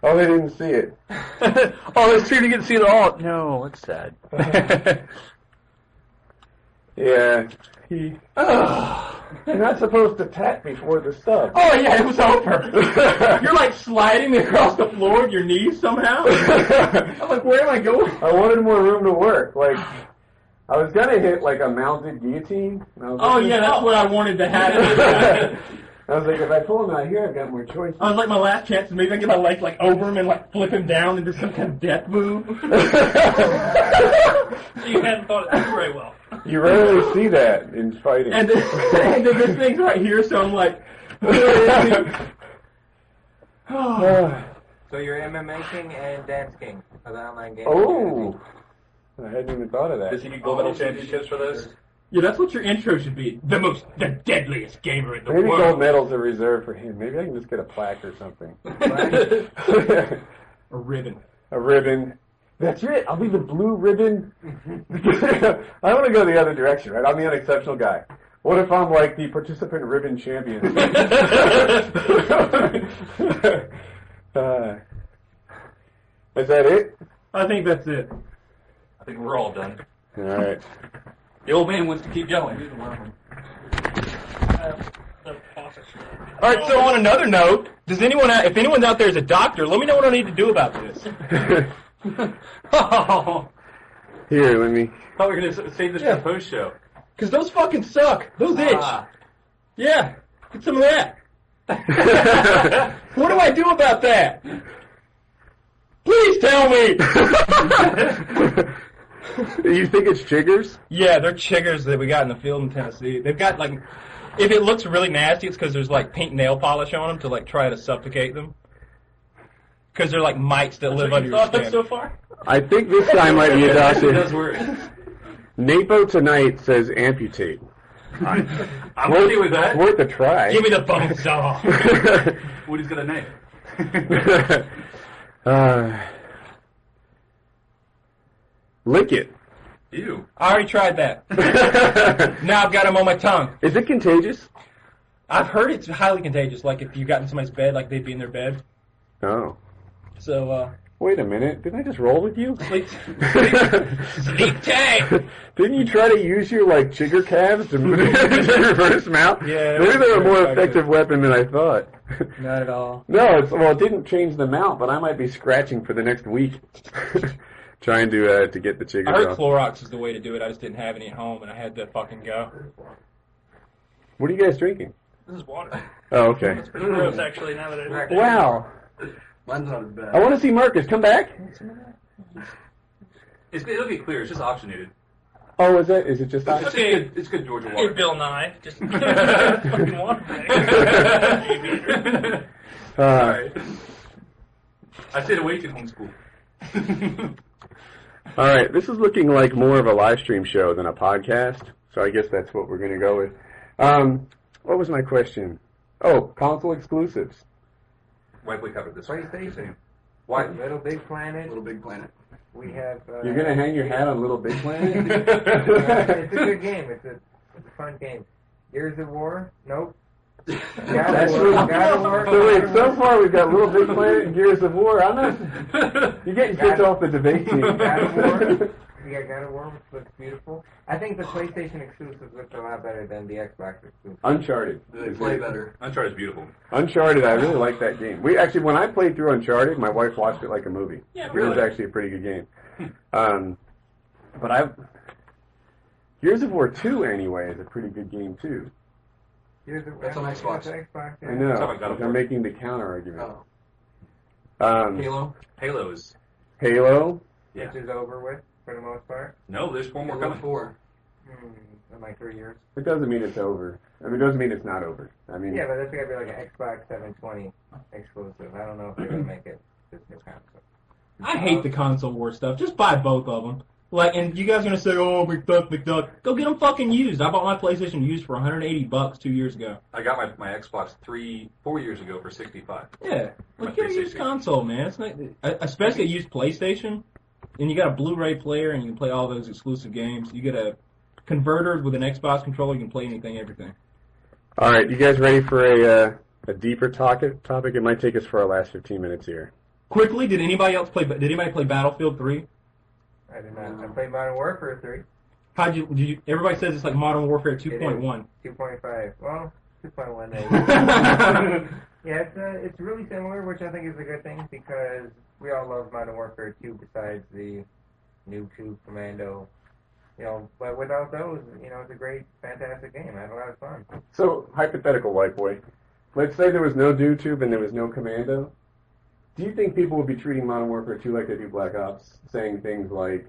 [SPEAKER 1] Oh, they didn't see it.
[SPEAKER 8] oh, there's two to get to see the all. No, that's sad.
[SPEAKER 1] Yeah. He. You're not supposed to tap before the stuff.
[SPEAKER 8] oh yeah, it was over. You're like sliding across the floor with your knees somehow.
[SPEAKER 6] Oh.
[SPEAKER 8] I'm like, where am I going?
[SPEAKER 1] I wanted more room to work. Like, I was gonna hit like a mounted guillotine. and I was
[SPEAKER 8] Oh
[SPEAKER 1] like,
[SPEAKER 8] yeah, that's what I wanted to happen.
[SPEAKER 1] I was like, if I pull him out here, I've got more choices.
[SPEAKER 8] I was like, my last chance is maybe I can get my legs like over him and like flip him down into some kind of death move.
[SPEAKER 1] Oh,
[SPEAKER 10] you hadn't thought it through very well.
[SPEAKER 1] you rarely see that in fighting.
[SPEAKER 8] and then, and then this thing's right here, so I'm like,
[SPEAKER 2] so you're MMA king and dance king of the online game.
[SPEAKER 1] oh, I hadn't even thought of that.
[SPEAKER 6] Does he get gold
[SPEAKER 8] Oh.
[SPEAKER 6] medal championships for this?
[SPEAKER 8] yeah, that's what your intro should be. The most, the deadliest gamer in the
[SPEAKER 1] Maybe
[SPEAKER 8] world.
[SPEAKER 1] gold medals are reserved for him. Maybe I can just get a plaque or
[SPEAKER 6] Right.
[SPEAKER 1] something.
[SPEAKER 8] A ribbon.
[SPEAKER 1] a ribbon. That's it. I'll be the blue ribbon. I want to go the other direction, right? I'm the unexceptional guy. What if I'm like the participant ribbon champion? uh, is that it?
[SPEAKER 8] I think that's it.
[SPEAKER 6] I think we're all done.
[SPEAKER 1] All right.
[SPEAKER 6] The old man wants to keep going. He's the one of them.
[SPEAKER 10] The faucet.
[SPEAKER 8] All right. So on another note, does anyone, out- if anyone's out there is a doctor, let me know what I need to do about this.
[SPEAKER 1] Here, let me.
[SPEAKER 6] Thought we were gonna s- save this for post show. Ah,
[SPEAKER 8] Cause those fucking suck. Those itch. Yeah. Get some of that. What do I do about that? Please tell me.
[SPEAKER 1] you think it's chiggers?
[SPEAKER 8] yeah, they're chiggers that we got in the field in Tennessee. They've got like, if it looks really nasty, it's because there's like pink nail polish on them to like try to suffocate them. Because they're like mites that live under your
[SPEAKER 10] Thought that
[SPEAKER 8] skin.
[SPEAKER 10] so far?
[SPEAKER 1] I think this time might be a
[SPEAKER 6] It does
[SPEAKER 1] doctor.
[SPEAKER 6] work.
[SPEAKER 1] Napo tonight says amputate.
[SPEAKER 6] I'm okay with that.
[SPEAKER 1] Worth a try.
[SPEAKER 8] Give me the bone saw.
[SPEAKER 6] Woody's got a knife.
[SPEAKER 1] uh, lick it.
[SPEAKER 6] Ew.
[SPEAKER 8] I already tried that. Now I've got them on my tongue.
[SPEAKER 1] Is it contagious?
[SPEAKER 8] I've heard it's highly contagious. Like if you got in somebody's bed, like they'd be in their bed.
[SPEAKER 1] Oh.
[SPEAKER 8] So uh,
[SPEAKER 1] Wait a minute. Didn't I just roll with you?
[SPEAKER 8] sleep,
[SPEAKER 1] Didn't
[SPEAKER 8] sleep tight.
[SPEAKER 1] you try to use your like chigger calves to, to reverse mount?
[SPEAKER 8] Yeah, that
[SPEAKER 1] Maybe they're a
[SPEAKER 8] was
[SPEAKER 1] more
[SPEAKER 8] effective.
[SPEAKER 1] effective weapon than I thought.
[SPEAKER 2] Not at all.
[SPEAKER 1] No, it's well, it didn't change the mount, but I might be scratching for the next week, trying to uh, to get the
[SPEAKER 8] I heard
[SPEAKER 1] chiggers off.
[SPEAKER 8] Clorox is the way to do it. I just didn't have any at home, and I had to fucking go.
[SPEAKER 1] What are you guys drinking?
[SPEAKER 10] This is water.
[SPEAKER 1] Oh, okay.
[SPEAKER 10] It's pretty gross, actually, now that I
[SPEAKER 1] Wow.
[SPEAKER 6] Mine's not as bad.
[SPEAKER 1] I want to see Marcus. Come back.
[SPEAKER 6] It's, it'll get clear. It's just optionated.
[SPEAKER 1] Oh, is it? Is it just
[SPEAKER 6] It's,
[SPEAKER 1] that?
[SPEAKER 6] just good, it's good Georgia
[SPEAKER 7] Hey,
[SPEAKER 6] water.
[SPEAKER 7] Bill Nye. Just fucking water bag.
[SPEAKER 1] Uh,
[SPEAKER 6] Sorry. I stayed awake in homeschool.
[SPEAKER 1] all right, this is looking like more of a live stream show than a podcast, so I guess that's what we're going to go with. Um, what was my question? Oh, console exclusives.
[SPEAKER 6] White boy covered this. one.
[SPEAKER 2] PlayStation.
[SPEAKER 6] White.
[SPEAKER 2] Little Big Planet.
[SPEAKER 12] Little Big Planet.
[SPEAKER 2] We have. Uh,
[SPEAKER 1] You're going to hang your hat on Little Big Planet?
[SPEAKER 2] it's a good game. It's a, it's a fun game. Years of War? Nope. God
[SPEAKER 1] That's
[SPEAKER 2] of
[SPEAKER 1] really,
[SPEAKER 2] War. God of War.
[SPEAKER 1] so wait, so far we've got Little Big Planet and Gears of War. I'm not. You're getting kicked
[SPEAKER 2] God-
[SPEAKER 1] off the debate team.
[SPEAKER 2] God of War. We got God of War, which looks beautiful. I think the PlayStation exclusives looked a lot better than the Xbox exclusives.
[SPEAKER 1] Uh, Uncharted.
[SPEAKER 12] They play better.
[SPEAKER 6] Uncharted's beautiful.
[SPEAKER 1] Uncharted, I really like that game. We actually, when I played through Uncharted, my wife watched it like a movie.
[SPEAKER 7] Yeah,
[SPEAKER 1] It was
[SPEAKER 7] really.
[SPEAKER 1] actually a pretty good game. Um, but I, Gears of War Two anyway is a pretty good game too.
[SPEAKER 2] Years of War.
[SPEAKER 12] That's on
[SPEAKER 2] that's
[SPEAKER 12] Xbox.
[SPEAKER 2] Xbox. yeah.
[SPEAKER 1] I know.
[SPEAKER 6] Sounds like God of
[SPEAKER 1] I'm
[SPEAKER 6] War.
[SPEAKER 1] making the counter argument.
[SPEAKER 12] Oh.
[SPEAKER 1] Um,
[SPEAKER 12] Halo?
[SPEAKER 6] Halos.
[SPEAKER 1] Halo.
[SPEAKER 6] Yeah.
[SPEAKER 2] Which is over with for the most part.
[SPEAKER 6] No, there's four more
[SPEAKER 12] Halo
[SPEAKER 6] coming.
[SPEAKER 12] 4.
[SPEAKER 2] Hmm, in like three years.
[SPEAKER 1] It doesn't mean it's over. I mean, it doesn't mean it's not over. I mean,
[SPEAKER 2] Yeah, but that's gotta be like an Xbox 720 exclusive. I don't know if they're gonna make it this new console.
[SPEAKER 8] I hate the console war stuff. Just buy both of them. Like, and you guys are gonna say, "Oh, McDuck, McDuck." Go get them fucking used. I bought my PlayStation used for 180 bucks two years ago.
[SPEAKER 6] I got my, my Xbox three, four years ago for 65.
[SPEAKER 8] Yeah,
[SPEAKER 6] My
[SPEAKER 8] like get a used
[SPEAKER 6] 360.
[SPEAKER 8] console, man. It's not, uh, especially a used PlayStation, and you got a Blu-ray player, and you can play all those exclusive games. You get a converter with an Xbox controller. You can play anything, everything.
[SPEAKER 1] all right, you guys ready for a uh, a deeper topic? Topic. It might take us for our last 15 minutes here.
[SPEAKER 8] Quickly, did anybody else play? Did anybody play Battlefield Three?
[SPEAKER 2] I did not. I played Modern Warfare 3.
[SPEAKER 8] How'd you? Did you? Everybody says it's like Modern Warfare 2.1.
[SPEAKER 2] 2.5. Well, 2.1. maybe.
[SPEAKER 8] I
[SPEAKER 2] yeah, it's, uh, it's really similar, which I think is a good thing because we all love Modern Warfare 2 besides the new 2 Commando. You know, but without those, you know, it's a great, fantastic game. I had a lot of fun.
[SPEAKER 1] So, hypothetical white boy. Let's say there was no DoTube and there was no Commando. Do you think people would be treating Modern Warfare 2 like they do Black Ops, saying things like,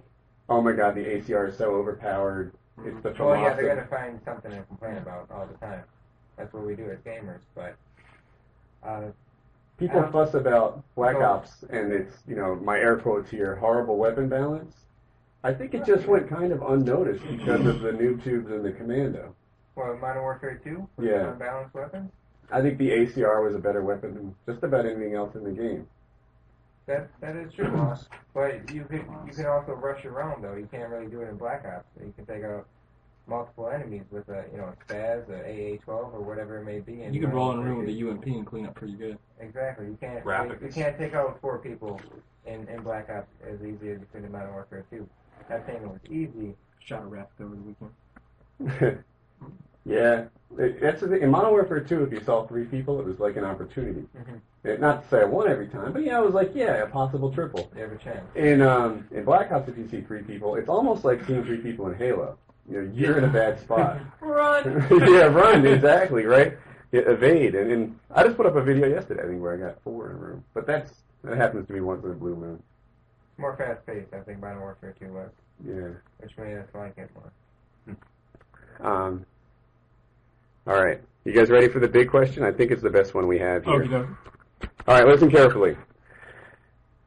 [SPEAKER 1] "Oh my God, the ACR is so overpowered. It's the
[SPEAKER 2] Well, Oh, yeah, they're
[SPEAKER 1] philosophy."
[SPEAKER 2] gonna find something to complain about all the time. That's what we do as gamers. But uh,
[SPEAKER 1] People
[SPEAKER 2] Um,
[SPEAKER 1] fuss about Black
[SPEAKER 2] no.
[SPEAKER 1] Ops and it's you know my air quotes here horrible weapon balance. I think it just went kind of unnoticed because of the new tubes and the Commando.
[SPEAKER 2] well, Modern Warfare 2,
[SPEAKER 1] Yeah.
[SPEAKER 2] unbalanced weapons.
[SPEAKER 1] I think the ACR was a better weapon than just about anything else in the game.
[SPEAKER 2] That that is true. but you can you can also rush around though. You can't really do it in Black Ops. You can take out multiple enemies with a you know a spaz, a AA12, or whatever it may be. And
[SPEAKER 8] You could
[SPEAKER 2] Modern
[SPEAKER 8] roll in a room
[SPEAKER 2] Warfare
[SPEAKER 8] with a UMP and clean up pretty good.
[SPEAKER 2] 2. Exactly. You can't
[SPEAKER 6] Graphics.
[SPEAKER 2] You, you can't take out four people in, in Black Ops as easy as you could in Modern Warfare 2. Not saying it was easy.
[SPEAKER 8] Shot a raft over the weekend.
[SPEAKER 1] yeah, it, that's the thing. in Modern Warfare 2, if you saw three people, it was like an opportunity.
[SPEAKER 2] Mhm.
[SPEAKER 1] It, not to say I won every time, but yeah, it was like yeah, a possible triple.
[SPEAKER 2] You have a chance.
[SPEAKER 1] In um, in Black Ops, if you see three people, it's almost like seeing three people in Halo. You know, you're in a bad spot.
[SPEAKER 7] Run.
[SPEAKER 1] yeah, run exactly right. Yeah, evade, and, and I just put up a video yesterday, I think, where I got four in a room. But that's that happens to me once in a blue moon.
[SPEAKER 2] More fast paced, I think Modern Warfare 2 was,
[SPEAKER 1] Yeah.
[SPEAKER 2] which made us like it more.
[SPEAKER 1] Um, all right. You guys ready for the big question? I think it's the best one we have here. All right, listen carefully.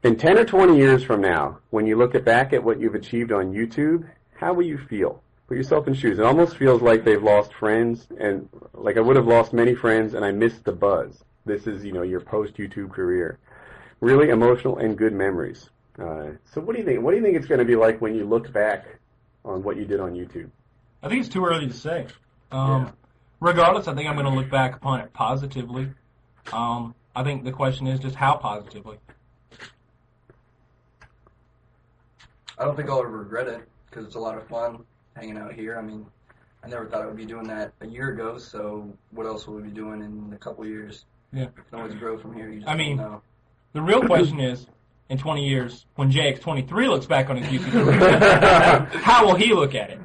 [SPEAKER 1] In 10 or 20 years from now, when you look at back at what you've achieved on YouTube, how will you feel? Put yourself in shoes. It almost feels like they've lost friends, and like I would have lost many friends, and I missed the buzz. This is, you know, your post YouTube career. Really emotional and good memories. Uh, so, what do you think? What do you think it's going to be like when you look back on what you did on YouTube?
[SPEAKER 8] I think it's too early to say. Um, Regardless, I think I'm going to look back upon it positively. Um, I think the question is just how positively.
[SPEAKER 12] I don't think I'll ever regret it because it's a lot of fun hanging out here. I mean, I never thought I would be doing that a year ago. So what else will we be doing in a couple years?
[SPEAKER 8] Yeah.
[SPEAKER 12] you can always grow from here. You just
[SPEAKER 8] I mean-
[SPEAKER 12] don't know.
[SPEAKER 8] The real question is, in 20 years, when JX23 looks back on his YouTube, how will he look at it?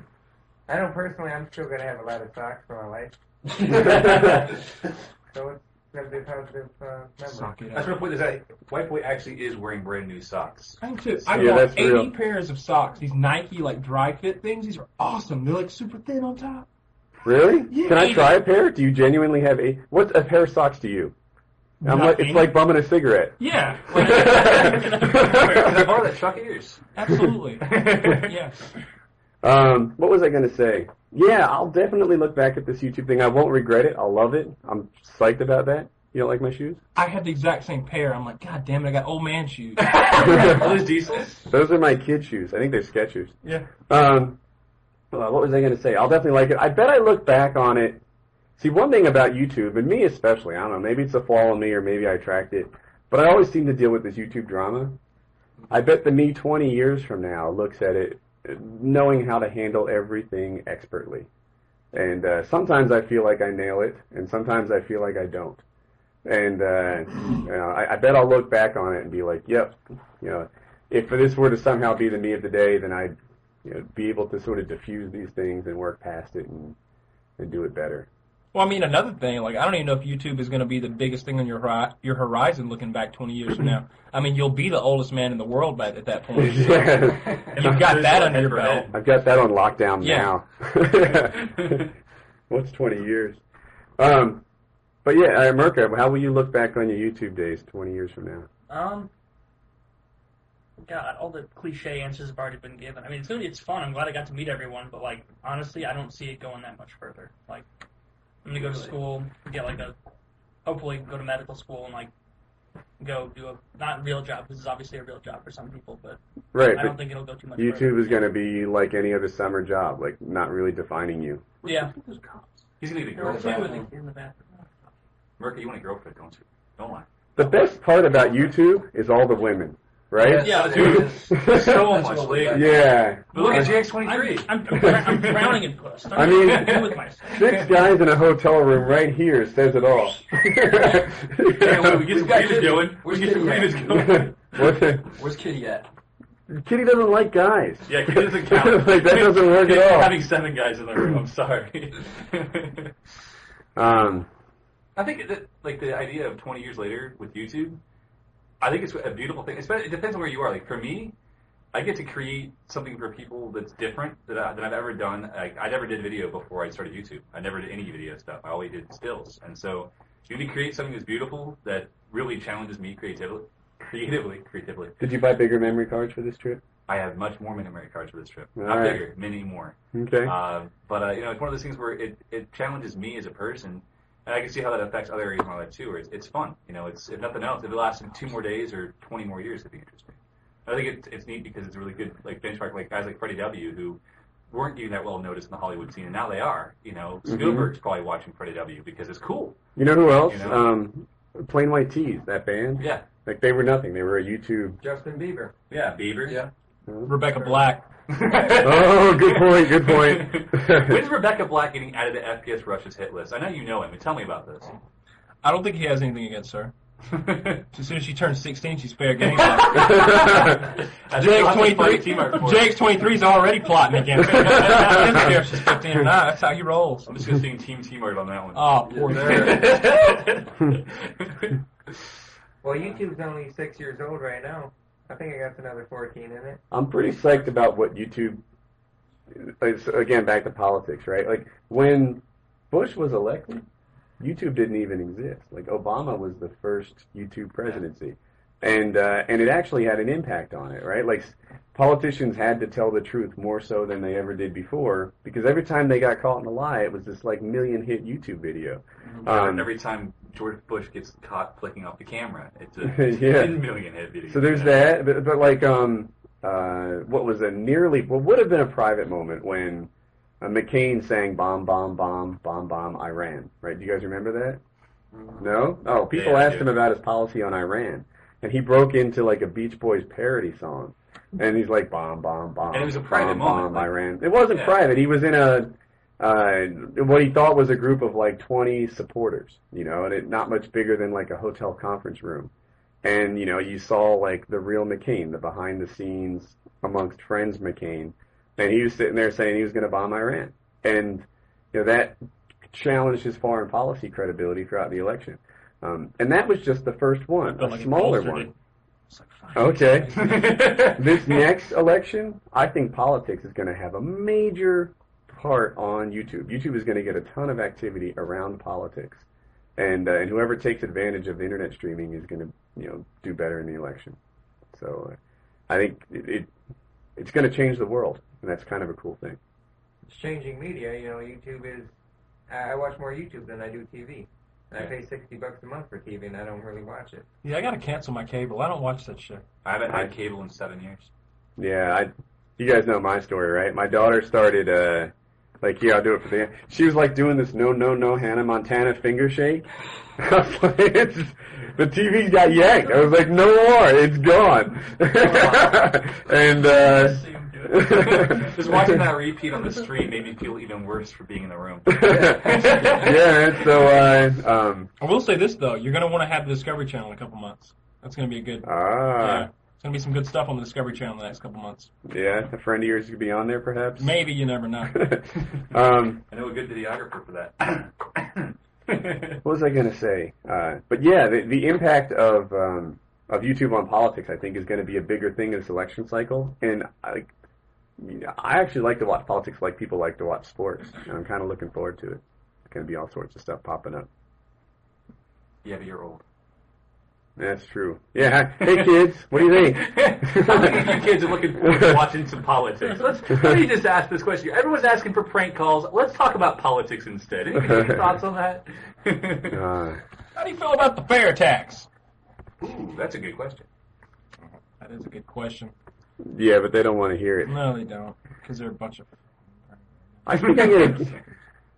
[SPEAKER 2] I know personally, I'm still going to have a lot of socks for my life, so it's, That'd be a positive uh, memory.
[SPEAKER 6] That's my point. Is that white boy actually is wearing brand new socks.
[SPEAKER 13] I am too. I
[SPEAKER 1] Yeah,
[SPEAKER 13] bought
[SPEAKER 1] that's
[SPEAKER 13] 80
[SPEAKER 1] real.
[SPEAKER 13] pairs of socks. These Nike like dry fit things. These are awesome. They're like super thin on top.
[SPEAKER 1] Really?
[SPEAKER 13] Yeah.
[SPEAKER 1] Can I try a pair? Do you genuinely have a what's a pair of socks to you? I'm like, it's
[SPEAKER 13] Nothing.
[SPEAKER 1] like bumming a cigarette.
[SPEAKER 13] Yeah.
[SPEAKER 6] Can I borrow that truck of yours?
[SPEAKER 13] Absolutely. Yeah.
[SPEAKER 1] Um, what was I gonna say? Yeah, I'll definitely look back at this YouTube thing. I won't regret it. I'll love it. I'm psyched about that. You don't like my shoes?
[SPEAKER 13] I had the exact same pair. I'm like, God damn it! I got old man shoes.
[SPEAKER 6] Are those diesels?
[SPEAKER 1] Those are my kid shoes. I think they're Skechers.
[SPEAKER 13] Yeah.
[SPEAKER 1] Um, well, what was I going to say? I'll definitely like it. I bet I look back on it. See, one thing about YouTube, and me especially, I don't know, maybe it's a flaw in me or maybe I attract it, but I always seem to deal with this YouTube drama. I bet the me 20 years from now looks at it uh, knowing how to handle everything expertly. And uh, sometimes I feel like I nail it, and sometimes I feel like I don't. And uh, you know, I, I bet I'll look back on it and be like, "Yep, you know, if this were to somehow be the me of the day, then I'd you know, be able to sort of diffuse these things and work past it and, and do it better.
[SPEAKER 13] Well, I mean, another thing, like I don't even know if YouTube is going to be the biggest thing on your hori- your horizon looking back 20 years from now. I mean, you'll be the oldest man in the world by, at that point.
[SPEAKER 1] Yeah.
[SPEAKER 13] You've got that under your belt.
[SPEAKER 1] I've got that on lockdown
[SPEAKER 13] Yeah.
[SPEAKER 1] now. What's 20 years? Um, but yeah, uh, Merca, how will you look back on your YouTube days 20 years from now?
[SPEAKER 7] Um, God, all the cliche answers have already been given. I mean, it's gonna be it's fun. I'm glad I got to meet everyone, but like honestly, I don't see it going that much further. Like, I'm gonna go to school, get like a, hopefully go to medical school and like go do a not real job. This is obviously a real job for some people, but
[SPEAKER 1] Right,
[SPEAKER 7] I don't
[SPEAKER 1] but
[SPEAKER 7] think it'll go too much. further.
[SPEAKER 1] YouTube is going to be like any other summer job, like not really defining you.
[SPEAKER 7] Yeah,
[SPEAKER 6] He's gonna be a
[SPEAKER 7] there are two
[SPEAKER 6] girlfriend.
[SPEAKER 7] I think, in the bathroom.
[SPEAKER 6] Mercury, you want a girlfriend, don't you? Don't lie.
[SPEAKER 1] The best part about YouTube is all the women, right?
[SPEAKER 12] Yes,
[SPEAKER 13] Yeah,
[SPEAKER 12] it
[SPEAKER 13] dude.
[SPEAKER 12] is.
[SPEAKER 6] So
[SPEAKER 12] That's
[SPEAKER 6] much
[SPEAKER 12] what we
[SPEAKER 6] later.
[SPEAKER 12] got.
[SPEAKER 1] yeah. Uh,
[SPEAKER 6] But look at
[SPEAKER 7] I'm,
[SPEAKER 6] GX23.
[SPEAKER 7] I'm, I'm, dr- I'm drowning in puss. I
[SPEAKER 1] I
[SPEAKER 7] don't
[SPEAKER 1] mean-
[SPEAKER 7] know what to do with myself.
[SPEAKER 1] Six guys in a hotel room right here says it all.
[SPEAKER 6] Yeah, well, we get some
[SPEAKER 12] We've got
[SPEAKER 6] readers
[SPEAKER 12] Kitty.
[SPEAKER 6] going. We
[SPEAKER 12] Where's
[SPEAKER 6] get some
[SPEAKER 12] Kitty
[SPEAKER 6] readers
[SPEAKER 12] at?
[SPEAKER 6] going.
[SPEAKER 1] What's it?
[SPEAKER 12] Where's Kitty at?
[SPEAKER 1] Kitty doesn't like guys.
[SPEAKER 6] Yeah, it doesn't count.
[SPEAKER 1] Like, that doesn't work at all.
[SPEAKER 6] Having seven guys in the room, I'm sorry.
[SPEAKER 1] Um,
[SPEAKER 6] I think that like the idea of 20 years later with YouTube, I think it's a beautiful thing. It's, it depends on where you are. Like for me, I get to create something for people that's different that, I, that I've ever done. Like I never did video before I started YouTube. I never did any video stuff. I always did stills. And so you need to create something that's beautiful that really challenges me creatively. Creatively, creatively.
[SPEAKER 1] did you buy bigger memory cards for this trip?
[SPEAKER 6] I have much more memory cards for this trip.
[SPEAKER 1] All
[SPEAKER 6] Not
[SPEAKER 1] right.
[SPEAKER 6] bigger, many more.
[SPEAKER 1] Okay.
[SPEAKER 6] Uh, but uh, you know, it's one of those things where it, it challenges me as a person, and I can see how that affects other areas of my life too. Where it's, it's fun, you know. It's if nothing else, if it lasts two more days or twenty more years, it'd be interesting. I think it's it's neat because it's a really good like benchmark. Like guys like Freddie W. who weren't getting that well noticed in the Hollywood scene, and now they are. You know,
[SPEAKER 1] Mhm.
[SPEAKER 6] Spielberg's probably watching Freddie W. because it's cool.
[SPEAKER 1] you know who else?
[SPEAKER 6] you know.
[SPEAKER 1] Um, Plain White Tees, that band.
[SPEAKER 6] Yeah,
[SPEAKER 1] Like, they were nothing. They were a YouTube.
[SPEAKER 12] Justin Bieber.
[SPEAKER 6] yeah, Bieber. Mm-hmm.
[SPEAKER 12] Yeah.
[SPEAKER 13] Rebecca Black.
[SPEAKER 1] Oh, good point, good point.
[SPEAKER 6] When's Rebecca Black getting added to FBS Russia's hit list? I know you know him, but tell me about this.
[SPEAKER 13] I don't think he has anything against her. As soon as she turns 16, she's fair game. Jake's 23. Jake's 23 is already plotting against her. Doesn't care if she's 15 or not. That's how he rolls.
[SPEAKER 6] I'm just gonna sing Team Team Art on that one.
[SPEAKER 13] Oh, poor girl.
[SPEAKER 2] Well, YouTube's only six years old right now. I think it got another 14 in it.
[SPEAKER 1] I'm pretty psyched about what YouTube. It's, again, back to politics, right? Like when Bush was elected, YouTube didn't even exist. Like Obama was the first YouTube presidency, and uh, and it actually had an impact on it, right? Like s- politicians had to tell the truth more so than they ever did before because every time they got caught in a lie, it was this like million hit YouTube video.
[SPEAKER 6] Um, every time George Bush gets caught flicking off the camera, it's a
[SPEAKER 1] Yeah.
[SPEAKER 6] 10 million hit video.
[SPEAKER 1] So there's
[SPEAKER 6] you know?
[SPEAKER 1] that, but, but like, um, uh, what was a nearly, what would have been a private moment when uh, McCain sang "bomb, bomb, bomb, bomb, bomb, Iran"? Right? Do you guys remember that? No? Oh, people
[SPEAKER 6] Yeah, I
[SPEAKER 1] asked
[SPEAKER 6] do.
[SPEAKER 1] him about his policy on Iran, and he broke into like a Beach Boys parody song, and he's like "bomb, bomb, bomb."
[SPEAKER 6] And it was a private
[SPEAKER 1] bomb,
[SPEAKER 6] moment,
[SPEAKER 1] Bomb,
[SPEAKER 6] like-
[SPEAKER 1] Iran. It wasn't
[SPEAKER 6] Yeah.
[SPEAKER 1] private. He was in a uh, what he thought was a group of like 20 supporters, you know, and it not much bigger than like a hotel conference room. And you know, you saw like the real McCain, the behind the scenes amongst friends McCain, and he was sitting there saying he was going to bomb Iran, and you know that challenged his foreign policy credibility throughout the election. Um, and that was just the first one, a
[SPEAKER 8] Felt like it
[SPEAKER 1] smaller
[SPEAKER 8] bolstered
[SPEAKER 1] one. Oh.
[SPEAKER 8] it.
[SPEAKER 7] It's like, fine.
[SPEAKER 1] Okay.
[SPEAKER 6] this
[SPEAKER 1] this next election, I think politics is going to have a major part on YouTube. YouTube is going to get a ton of activity around politics, and uh, and whoever takes advantage of the internet streaming is going to you know do better in the election. So, uh, I think it, it it's going to change the world, and that's kind of a cool thing.
[SPEAKER 2] It's changing media. You know, YouTube is. I I watch more YouTube than I do TV. And I
[SPEAKER 6] Yeah.
[SPEAKER 2] pay sixty bucks a month for TV, and I don't really watch it.
[SPEAKER 8] Yeah, I gotta cancel my cable. I don't watch that shit.
[SPEAKER 6] I haven't had cable in seven years.
[SPEAKER 1] Yeah, I, you guys know my story, right? My daughter started, uh, like, yeah, I'll do it for the. She was like doing this no, no, no Hannah Montana finger shake. I was like, it's, the TV got yanked. I was like, no more, it's gone. and uh,
[SPEAKER 6] Just watching that repeat on the stream made me feel even worse for being in the room.
[SPEAKER 1] yeah, and so uh, um,
[SPEAKER 8] I will say this though, you're gonna want to have the Discovery Channel in a couple months. That's gonna be a good. yeah,
[SPEAKER 1] ah,
[SPEAKER 8] it's gonna be some good stuff on the Discovery Channel the next couple months.
[SPEAKER 1] yeah, a friend of yours could be on there, perhaps.
[SPEAKER 8] Maybe you never know.
[SPEAKER 1] um.
[SPEAKER 6] I know a good videographer for that.
[SPEAKER 1] What was I going to say? Uh, but yeah, the, the impact of um, of YouTube on politics, I think, is going to be a bigger thing in this election cycle. And I, you know, I actually like to watch politics like people like to watch sports. And I'm kind of looking forward to it. There's going to be all sorts of stuff popping up.
[SPEAKER 6] yeah, but you're old.
[SPEAKER 1] That's true. Yeah. Hey, kids, what do you think?
[SPEAKER 6] How many of you kids are looking forward to watching some politics? Let's, let me just ask this question. Everyone's asking for prank calls. Let's talk about politics instead. Any any thoughts on that?
[SPEAKER 1] Uh,
[SPEAKER 8] How do you feel about the fair tax?
[SPEAKER 6] Ooh, that's a good question.
[SPEAKER 8] That is a good question.
[SPEAKER 1] yeah, but they don't want to hear it.
[SPEAKER 8] No, they don't, because they're a bunch of.
[SPEAKER 1] I think I'm going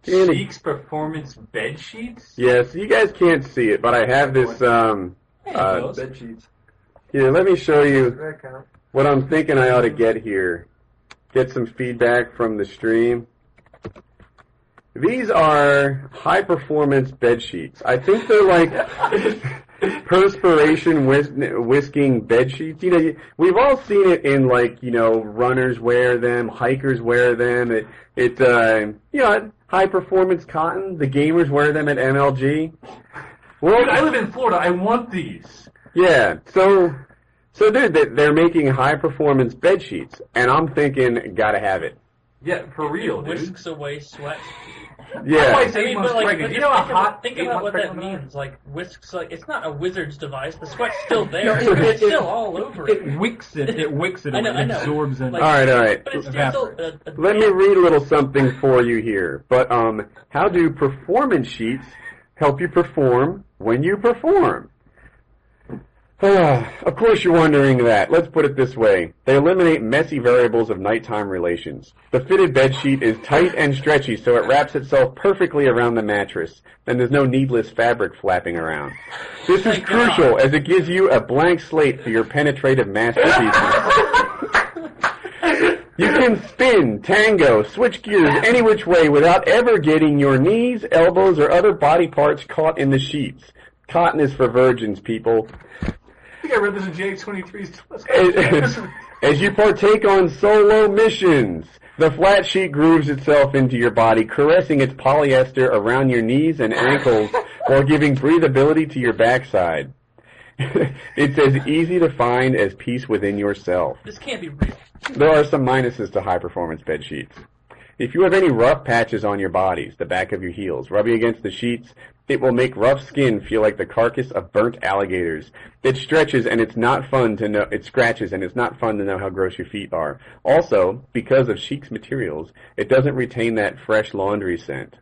[SPEAKER 1] to.
[SPEAKER 6] Cheeks performance bed sheets?
[SPEAKER 1] Yes, you guys can't see it, but I have this. Um, uh,
[SPEAKER 12] Bed sheets.
[SPEAKER 1] here, let me show you.
[SPEAKER 2] Does that count?
[SPEAKER 1] What I'm thinking I ought to get here, get some feedback from the stream. These are high performance bed sheets. I think they're like perspiration whis- whisking bed sheets. You know, you- we've all seen it in like, you know, runners wear them, hikers wear them. It, it, uh, you know, high performance cotton. The gamers wear them at MLG. Well,
[SPEAKER 6] Dude, I live in Florida. I want these.
[SPEAKER 1] yeah. So, so dude, they- they're making high performance bed sheets, and I'm thinking, gotta have it.
[SPEAKER 6] Yeah, for real, dude.
[SPEAKER 7] Whisks away sweat.
[SPEAKER 6] That's why I
[SPEAKER 1] Yeah.
[SPEAKER 6] say
[SPEAKER 7] I mean,
[SPEAKER 6] eight
[SPEAKER 7] but,
[SPEAKER 6] months
[SPEAKER 7] like,
[SPEAKER 6] pregnant.
[SPEAKER 7] but
[SPEAKER 6] You know how
[SPEAKER 7] think about-
[SPEAKER 6] hot
[SPEAKER 7] Think
[SPEAKER 6] eight
[SPEAKER 7] about
[SPEAKER 6] months
[SPEAKER 7] what that
[SPEAKER 6] pregnant
[SPEAKER 7] means. Like whisks, like it's not a wizard's device. The sweat's still there.
[SPEAKER 8] No, it-
[SPEAKER 7] it's
[SPEAKER 8] it-
[SPEAKER 7] still all over it.
[SPEAKER 8] It wicks it. It wicks it.
[SPEAKER 7] I know,
[SPEAKER 8] and
[SPEAKER 7] I know.
[SPEAKER 8] absorbs it.
[SPEAKER 7] Like-
[SPEAKER 1] All right, all right.
[SPEAKER 7] But it's still, still a, a
[SPEAKER 1] Let me read a little something for you here. But um, how do performance sheets help you perform when you perform? Ah, of course you're wondering that. Let's put it this way. They eliminate messy variables of nighttime relations. The fitted bed sheet is tight and stretchy, so it wraps itself perfectly around the mattress, and there's no needless fabric flapping around. This is crucial as it gives you a blank slate for your penetrative masterpieces. You can spin, tango, switch gears any which way without ever getting your knees, elbows, or other body parts caught in the sheets. Cotton is for virgins, people.
[SPEAKER 6] I think I read this in JX23's.
[SPEAKER 1] As, as you partake on solo missions, the flat sheet grooves itself into your body, caressing its polyester around your knees and ankles while giving breathability to your backside. it's as easy to find as peace within yourself.
[SPEAKER 7] This can't be real.
[SPEAKER 1] There are some minuses to high performance bed sheets. If you have any rough patches on your bodies, the back of your heels, rubbing against the sheets, it will make rough skin feel like the carcass of burnt alligators. It stretches and it's not fun to know, it scratches and it's not fun to know how gross your feet are. Also, because of Sheik's materials, it doesn't retain that fresh laundry scent.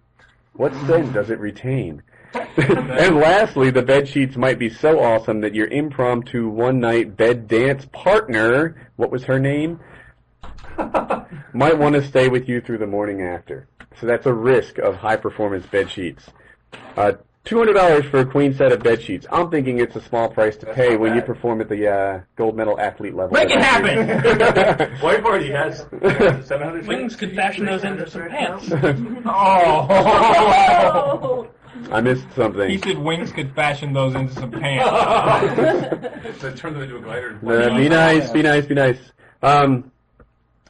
[SPEAKER 1] What scent does it retain? and lastly, the bed sheets might be so awesome that your impromptu one night bed dance partner, what was her name? might want to stay with you through the morning after. So that's a risk of high performance bed sheets. Uh, $200 for a queen set of bed sheets. I'm thinking it's a small price to pay when you perform at the uh, gold medal athlete level.
[SPEAKER 8] Make it happen!
[SPEAKER 6] White Party has 700
[SPEAKER 7] Wings could fashion those into some pants.
[SPEAKER 8] Oh!
[SPEAKER 1] I missed something.
[SPEAKER 8] He said wings could fashion those into some pants.
[SPEAKER 6] so turn them into a glider.
[SPEAKER 1] Uh, be nice, be nice, be nice. Um,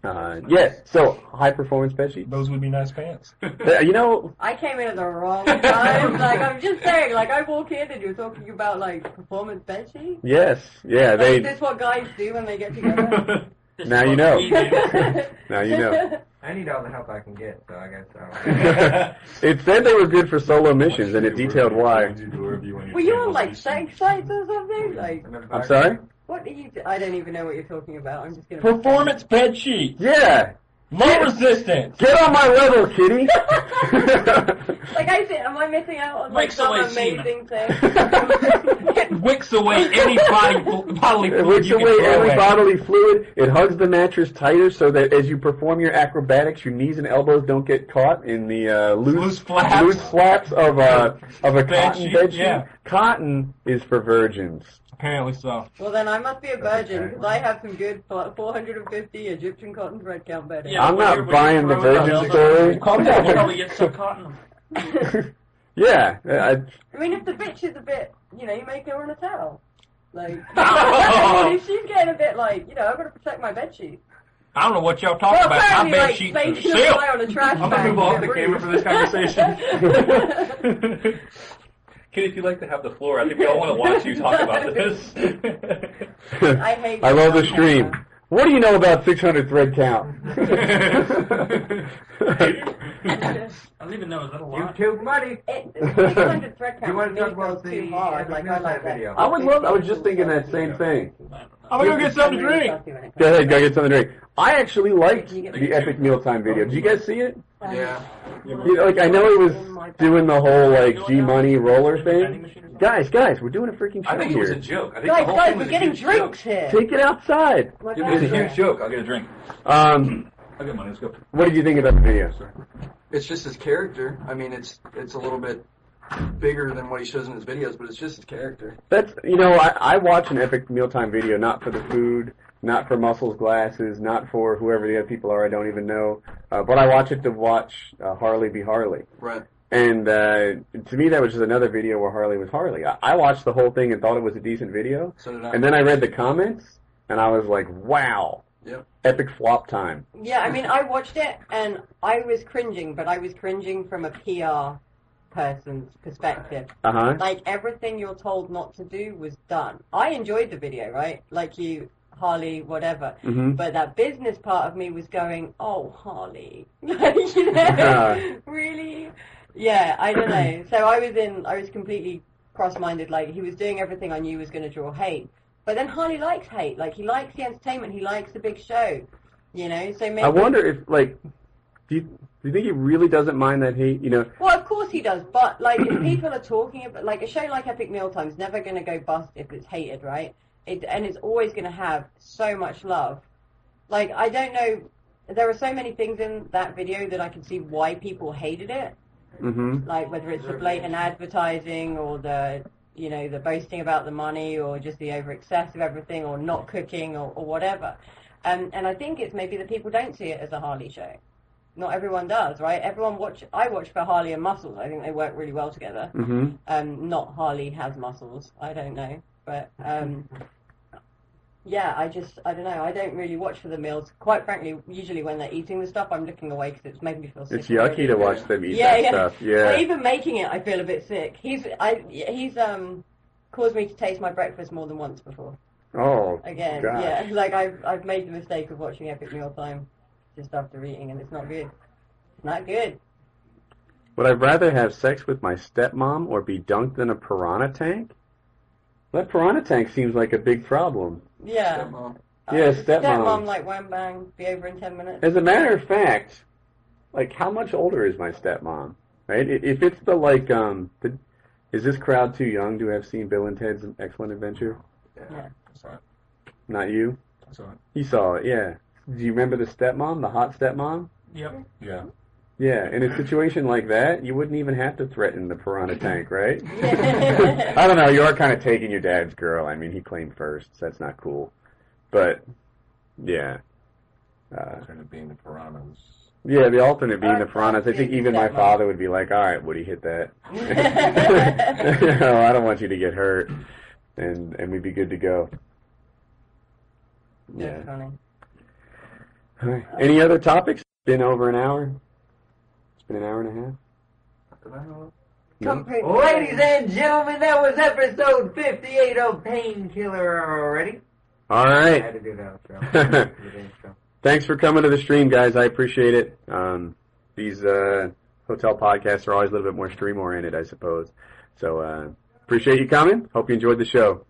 [SPEAKER 1] Uh, yes, so high performance bed sheets.
[SPEAKER 13] Those would be nice pants.
[SPEAKER 1] Uh, You know,
[SPEAKER 3] I came in at the wrong time. like I'm just saying, like I walk in and you're talking about like performance benching.
[SPEAKER 1] yes, yeah,
[SPEAKER 3] Like,
[SPEAKER 1] they.
[SPEAKER 3] is this what guys do when they get together?
[SPEAKER 7] This
[SPEAKER 1] Now
[SPEAKER 7] is
[SPEAKER 1] you
[SPEAKER 7] what
[SPEAKER 1] know.
[SPEAKER 7] we do.
[SPEAKER 1] Now you know.
[SPEAKER 2] I need all the help I can get, so I guess I'll.
[SPEAKER 1] It said they were good for solo missions, and it detailed why.
[SPEAKER 3] Were you on like sex sites or something? Like
[SPEAKER 1] I'm sorry.
[SPEAKER 3] what do you? Do? I don't even know what you're talking about. I'm just gonna
[SPEAKER 13] Performance bed sheet.
[SPEAKER 1] Yeah,
[SPEAKER 13] Low resistance.
[SPEAKER 1] get on my level, kitty.
[SPEAKER 3] Like I said, am I missing out on like
[SPEAKER 7] Makes
[SPEAKER 3] some
[SPEAKER 7] away
[SPEAKER 3] amazing thing?
[SPEAKER 13] Wicks away any body, bodily
[SPEAKER 1] It
[SPEAKER 13] fluid
[SPEAKER 1] wicks
[SPEAKER 13] you can
[SPEAKER 1] away
[SPEAKER 13] throw
[SPEAKER 1] every
[SPEAKER 13] at it.
[SPEAKER 1] bodily fluid. It hugs the mattress tighter so that as you perform your acrobatics, your knees and elbows don't get caught in the uh, loose,
[SPEAKER 13] Loose flaps.
[SPEAKER 1] loose flaps of a of a
[SPEAKER 13] Bed
[SPEAKER 1] cotton
[SPEAKER 13] sheet,
[SPEAKER 1] bed sheet.
[SPEAKER 13] yeah.
[SPEAKER 1] Cotton is for virgins.
[SPEAKER 13] Apparently so.
[SPEAKER 3] Well then, I must be a virgin
[SPEAKER 1] okay.
[SPEAKER 3] because I have some good fo- 450 Egyptian cotton thread count bedding.
[SPEAKER 7] Yeah,
[SPEAKER 1] I'm
[SPEAKER 7] when
[SPEAKER 1] not
[SPEAKER 7] you're- when
[SPEAKER 1] buying
[SPEAKER 7] you're
[SPEAKER 1] the
[SPEAKER 7] throwing
[SPEAKER 1] virgin
[SPEAKER 7] elbows,
[SPEAKER 1] story.
[SPEAKER 7] you Probably, probably get some caught in them.
[SPEAKER 1] yeah, I,
[SPEAKER 3] I mean, if the bitch is a bit, you know, you make her on a towel. Like, I mean,
[SPEAKER 13] I
[SPEAKER 3] if she's getting a bit like, you know, I've got to protect my bed sheet.
[SPEAKER 13] don't know what y'all talking
[SPEAKER 3] Well,
[SPEAKER 13] about. My
[SPEAKER 3] apparently,
[SPEAKER 13] bed
[SPEAKER 3] like,
[SPEAKER 13] sheets
[SPEAKER 3] they
[SPEAKER 13] are
[SPEAKER 3] should lie
[SPEAKER 13] sealed.
[SPEAKER 3] on a trash
[SPEAKER 4] I'm
[SPEAKER 3] bag.
[SPEAKER 4] gonna move off the
[SPEAKER 3] Rude.
[SPEAKER 4] camera for this conversation.
[SPEAKER 6] Kid, if you'd like to have the floor, I think we all want to watch you talk about this.
[SPEAKER 3] I hate
[SPEAKER 1] I love the
[SPEAKER 3] that.
[SPEAKER 1] stream. What do you know about 600 thread count?
[SPEAKER 7] I don't even know. Is that a
[SPEAKER 2] You
[SPEAKER 7] lot?
[SPEAKER 2] too money.
[SPEAKER 3] It, 600 thread count
[SPEAKER 2] You wanna
[SPEAKER 3] to me
[SPEAKER 2] talk about
[SPEAKER 3] feels too
[SPEAKER 2] the
[SPEAKER 3] hard.
[SPEAKER 2] Epic
[SPEAKER 3] Like, I
[SPEAKER 2] Miss
[SPEAKER 3] like
[SPEAKER 2] Night video?
[SPEAKER 3] that.
[SPEAKER 1] I would love. I was just thinking that same thing.
[SPEAKER 13] I'm gonna go get something to drink.
[SPEAKER 1] Go ahead, go get something to drink. I actually liked the epic mealtime video. Did you guys see it?
[SPEAKER 2] Yeah.
[SPEAKER 1] You know, like I know it was doing the whole like G money roller thing. Guys, guys, we're doing a freaking
[SPEAKER 6] I
[SPEAKER 1] show
[SPEAKER 6] think it was a
[SPEAKER 1] here.
[SPEAKER 6] joke. I think the
[SPEAKER 3] Guys,
[SPEAKER 6] whole
[SPEAKER 3] guys,
[SPEAKER 6] thing
[SPEAKER 3] we're
[SPEAKER 6] was a
[SPEAKER 3] getting
[SPEAKER 6] huge joke.
[SPEAKER 3] drinks here.
[SPEAKER 1] Take it outside.
[SPEAKER 3] Like,
[SPEAKER 6] It was a
[SPEAKER 3] that's
[SPEAKER 6] huge joke. I'll get a drink.
[SPEAKER 1] Um,
[SPEAKER 6] I'll get money. Let's go.
[SPEAKER 1] what did you think about the video? Sir?
[SPEAKER 12] It's just his character. I mean, it's it's a little bit bigger than what he shows in his videos, but it's just his character.
[SPEAKER 1] That's you know I, I watch an epic mealtime video not for the food, not for muscles glasses, not for whoever the other people are I don't even know, uh, but I watch it to watch uh, Harley be Harley.
[SPEAKER 12] Right.
[SPEAKER 1] And uh, to me that was just another video where Harley was Harley. I, I watched the whole thing and thought it was a decent video,
[SPEAKER 12] So did I.
[SPEAKER 1] and then I read the comments and I was like, wow,
[SPEAKER 12] Yep.
[SPEAKER 1] epic flop time.
[SPEAKER 3] Yeah, I mean, I watched it and I was cringing, but I was cringing from a PR person's perspective.
[SPEAKER 1] Uh huh.
[SPEAKER 3] Like everything you're told not to do was done. I enjoyed the video, right? Like you, Harley, whatever.
[SPEAKER 1] hmm
[SPEAKER 3] But that business part of me was going, oh, Harley, like, you know,
[SPEAKER 1] Yeah.
[SPEAKER 3] really? Yeah, I don't know. So I was in, I was completely cross-minded. Like he was doing everything I knew was going to draw hate. But then Harley likes hate. Like he likes the entertainment. He likes the big show. You know, so maybe.
[SPEAKER 1] I wonder if like, do you, do you think he really doesn't mind that hate? You know,
[SPEAKER 3] Well, of course he does, but like if people are talking about like a show like Epic Mealtime's never going to go bust if it's hated, right? It and it's always going to have so much love. Like I don't know, there are so many things in that video that I can see why people hated it.
[SPEAKER 1] hmm
[SPEAKER 3] Like whether it's the blatant advertising or the you know the boasting about the money or just the over excess of everything or not cooking or, or whatever. Um, and I think it's maybe that people don't see it as a Harley show not everyone does, right? Everyone watch. I watch for Harley and Muscles. I think they work really well together.
[SPEAKER 1] hmm
[SPEAKER 3] Um, not Harley has muscles. I don't know, but um, yeah, I just I don't know. I don't really watch for the meals. Quite frankly, usually when they're eating the stuff, I'm looking away because it's making me feel sick.
[SPEAKER 1] It's yucky
[SPEAKER 3] already.
[SPEAKER 1] to watch them eat
[SPEAKER 3] Yeah,
[SPEAKER 1] that
[SPEAKER 3] yeah.
[SPEAKER 1] stuff. Yeah.
[SPEAKER 3] Well, even making it, I feel a bit sick. He's I he's um caused me to taste my breakfast more than once before.
[SPEAKER 1] Oh,
[SPEAKER 3] Again,
[SPEAKER 1] gosh.
[SPEAKER 3] yeah, like I've I've made the mistake of watching Epic Meal Time just after eating, and it's not good. It's not good.
[SPEAKER 1] Would I rather have sex with my stepmom or be dunked in a piranha tank? That piranha tank seems like a big problem.
[SPEAKER 3] Yeah.
[SPEAKER 12] Stepmom.
[SPEAKER 1] Yeah,
[SPEAKER 3] Uh,
[SPEAKER 1] stepmom.
[SPEAKER 3] Stepmom, like wham bang, be over in ten minutes.
[SPEAKER 1] As a matter of fact, like how much older is my stepmom? Right? I- If it's the like, um, the, is this crowd too young to have seen Bill and Ted's Excellent Adventure?
[SPEAKER 3] Yeah.
[SPEAKER 1] Not you.
[SPEAKER 6] I saw it.
[SPEAKER 1] You saw it, yeah. Do you remember the stepmom, the hot stepmom?
[SPEAKER 7] Yep.
[SPEAKER 6] Yeah.
[SPEAKER 1] Yeah, in a situation like that, you wouldn't even have to threaten the piranha tank, right?
[SPEAKER 3] Yeah.
[SPEAKER 1] I don't know. You are kind of taking your dad's girl. I mean, he claimed first, so that's not cool. But yeah, uh,
[SPEAKER 6] Alternative being the piranhas.
[SPEAKER 1] yeah. The alternate being the
[SPEAKER 3] Our
[SPEAKER 1] piranhas. I think
[SPEAKER 3] big
[SPEAKER 1] even my
[SPEAKER 3] stepmom.
[SPEAKER 1] father would be like, "All right, Woody, hit that. you know, I don't want you to get hurt, and and we'd be good to go."
[SPEAKER 3] That's funny.
[SPEAKER 1] Alright. Any other topics? Been over an hour. It's been an hour and a half.
[SPEAKER 2] Compare- Ladies and gentlemen, that was episode 58 of Painkiller already.
[SPEAKER 1] All
[SPEAKER 2] I had
[SPEAKER 1] right.
[SPEAKER 2] to do that outro. The intro.
[SPEAKER 1] Thanks for coming to the stream, guys. I appreciate it. Um, these uh, hotel podcasts are always a little bit more stream oriented, I suppose. So uh, appreciate you coming. Hope you enjoyed the show.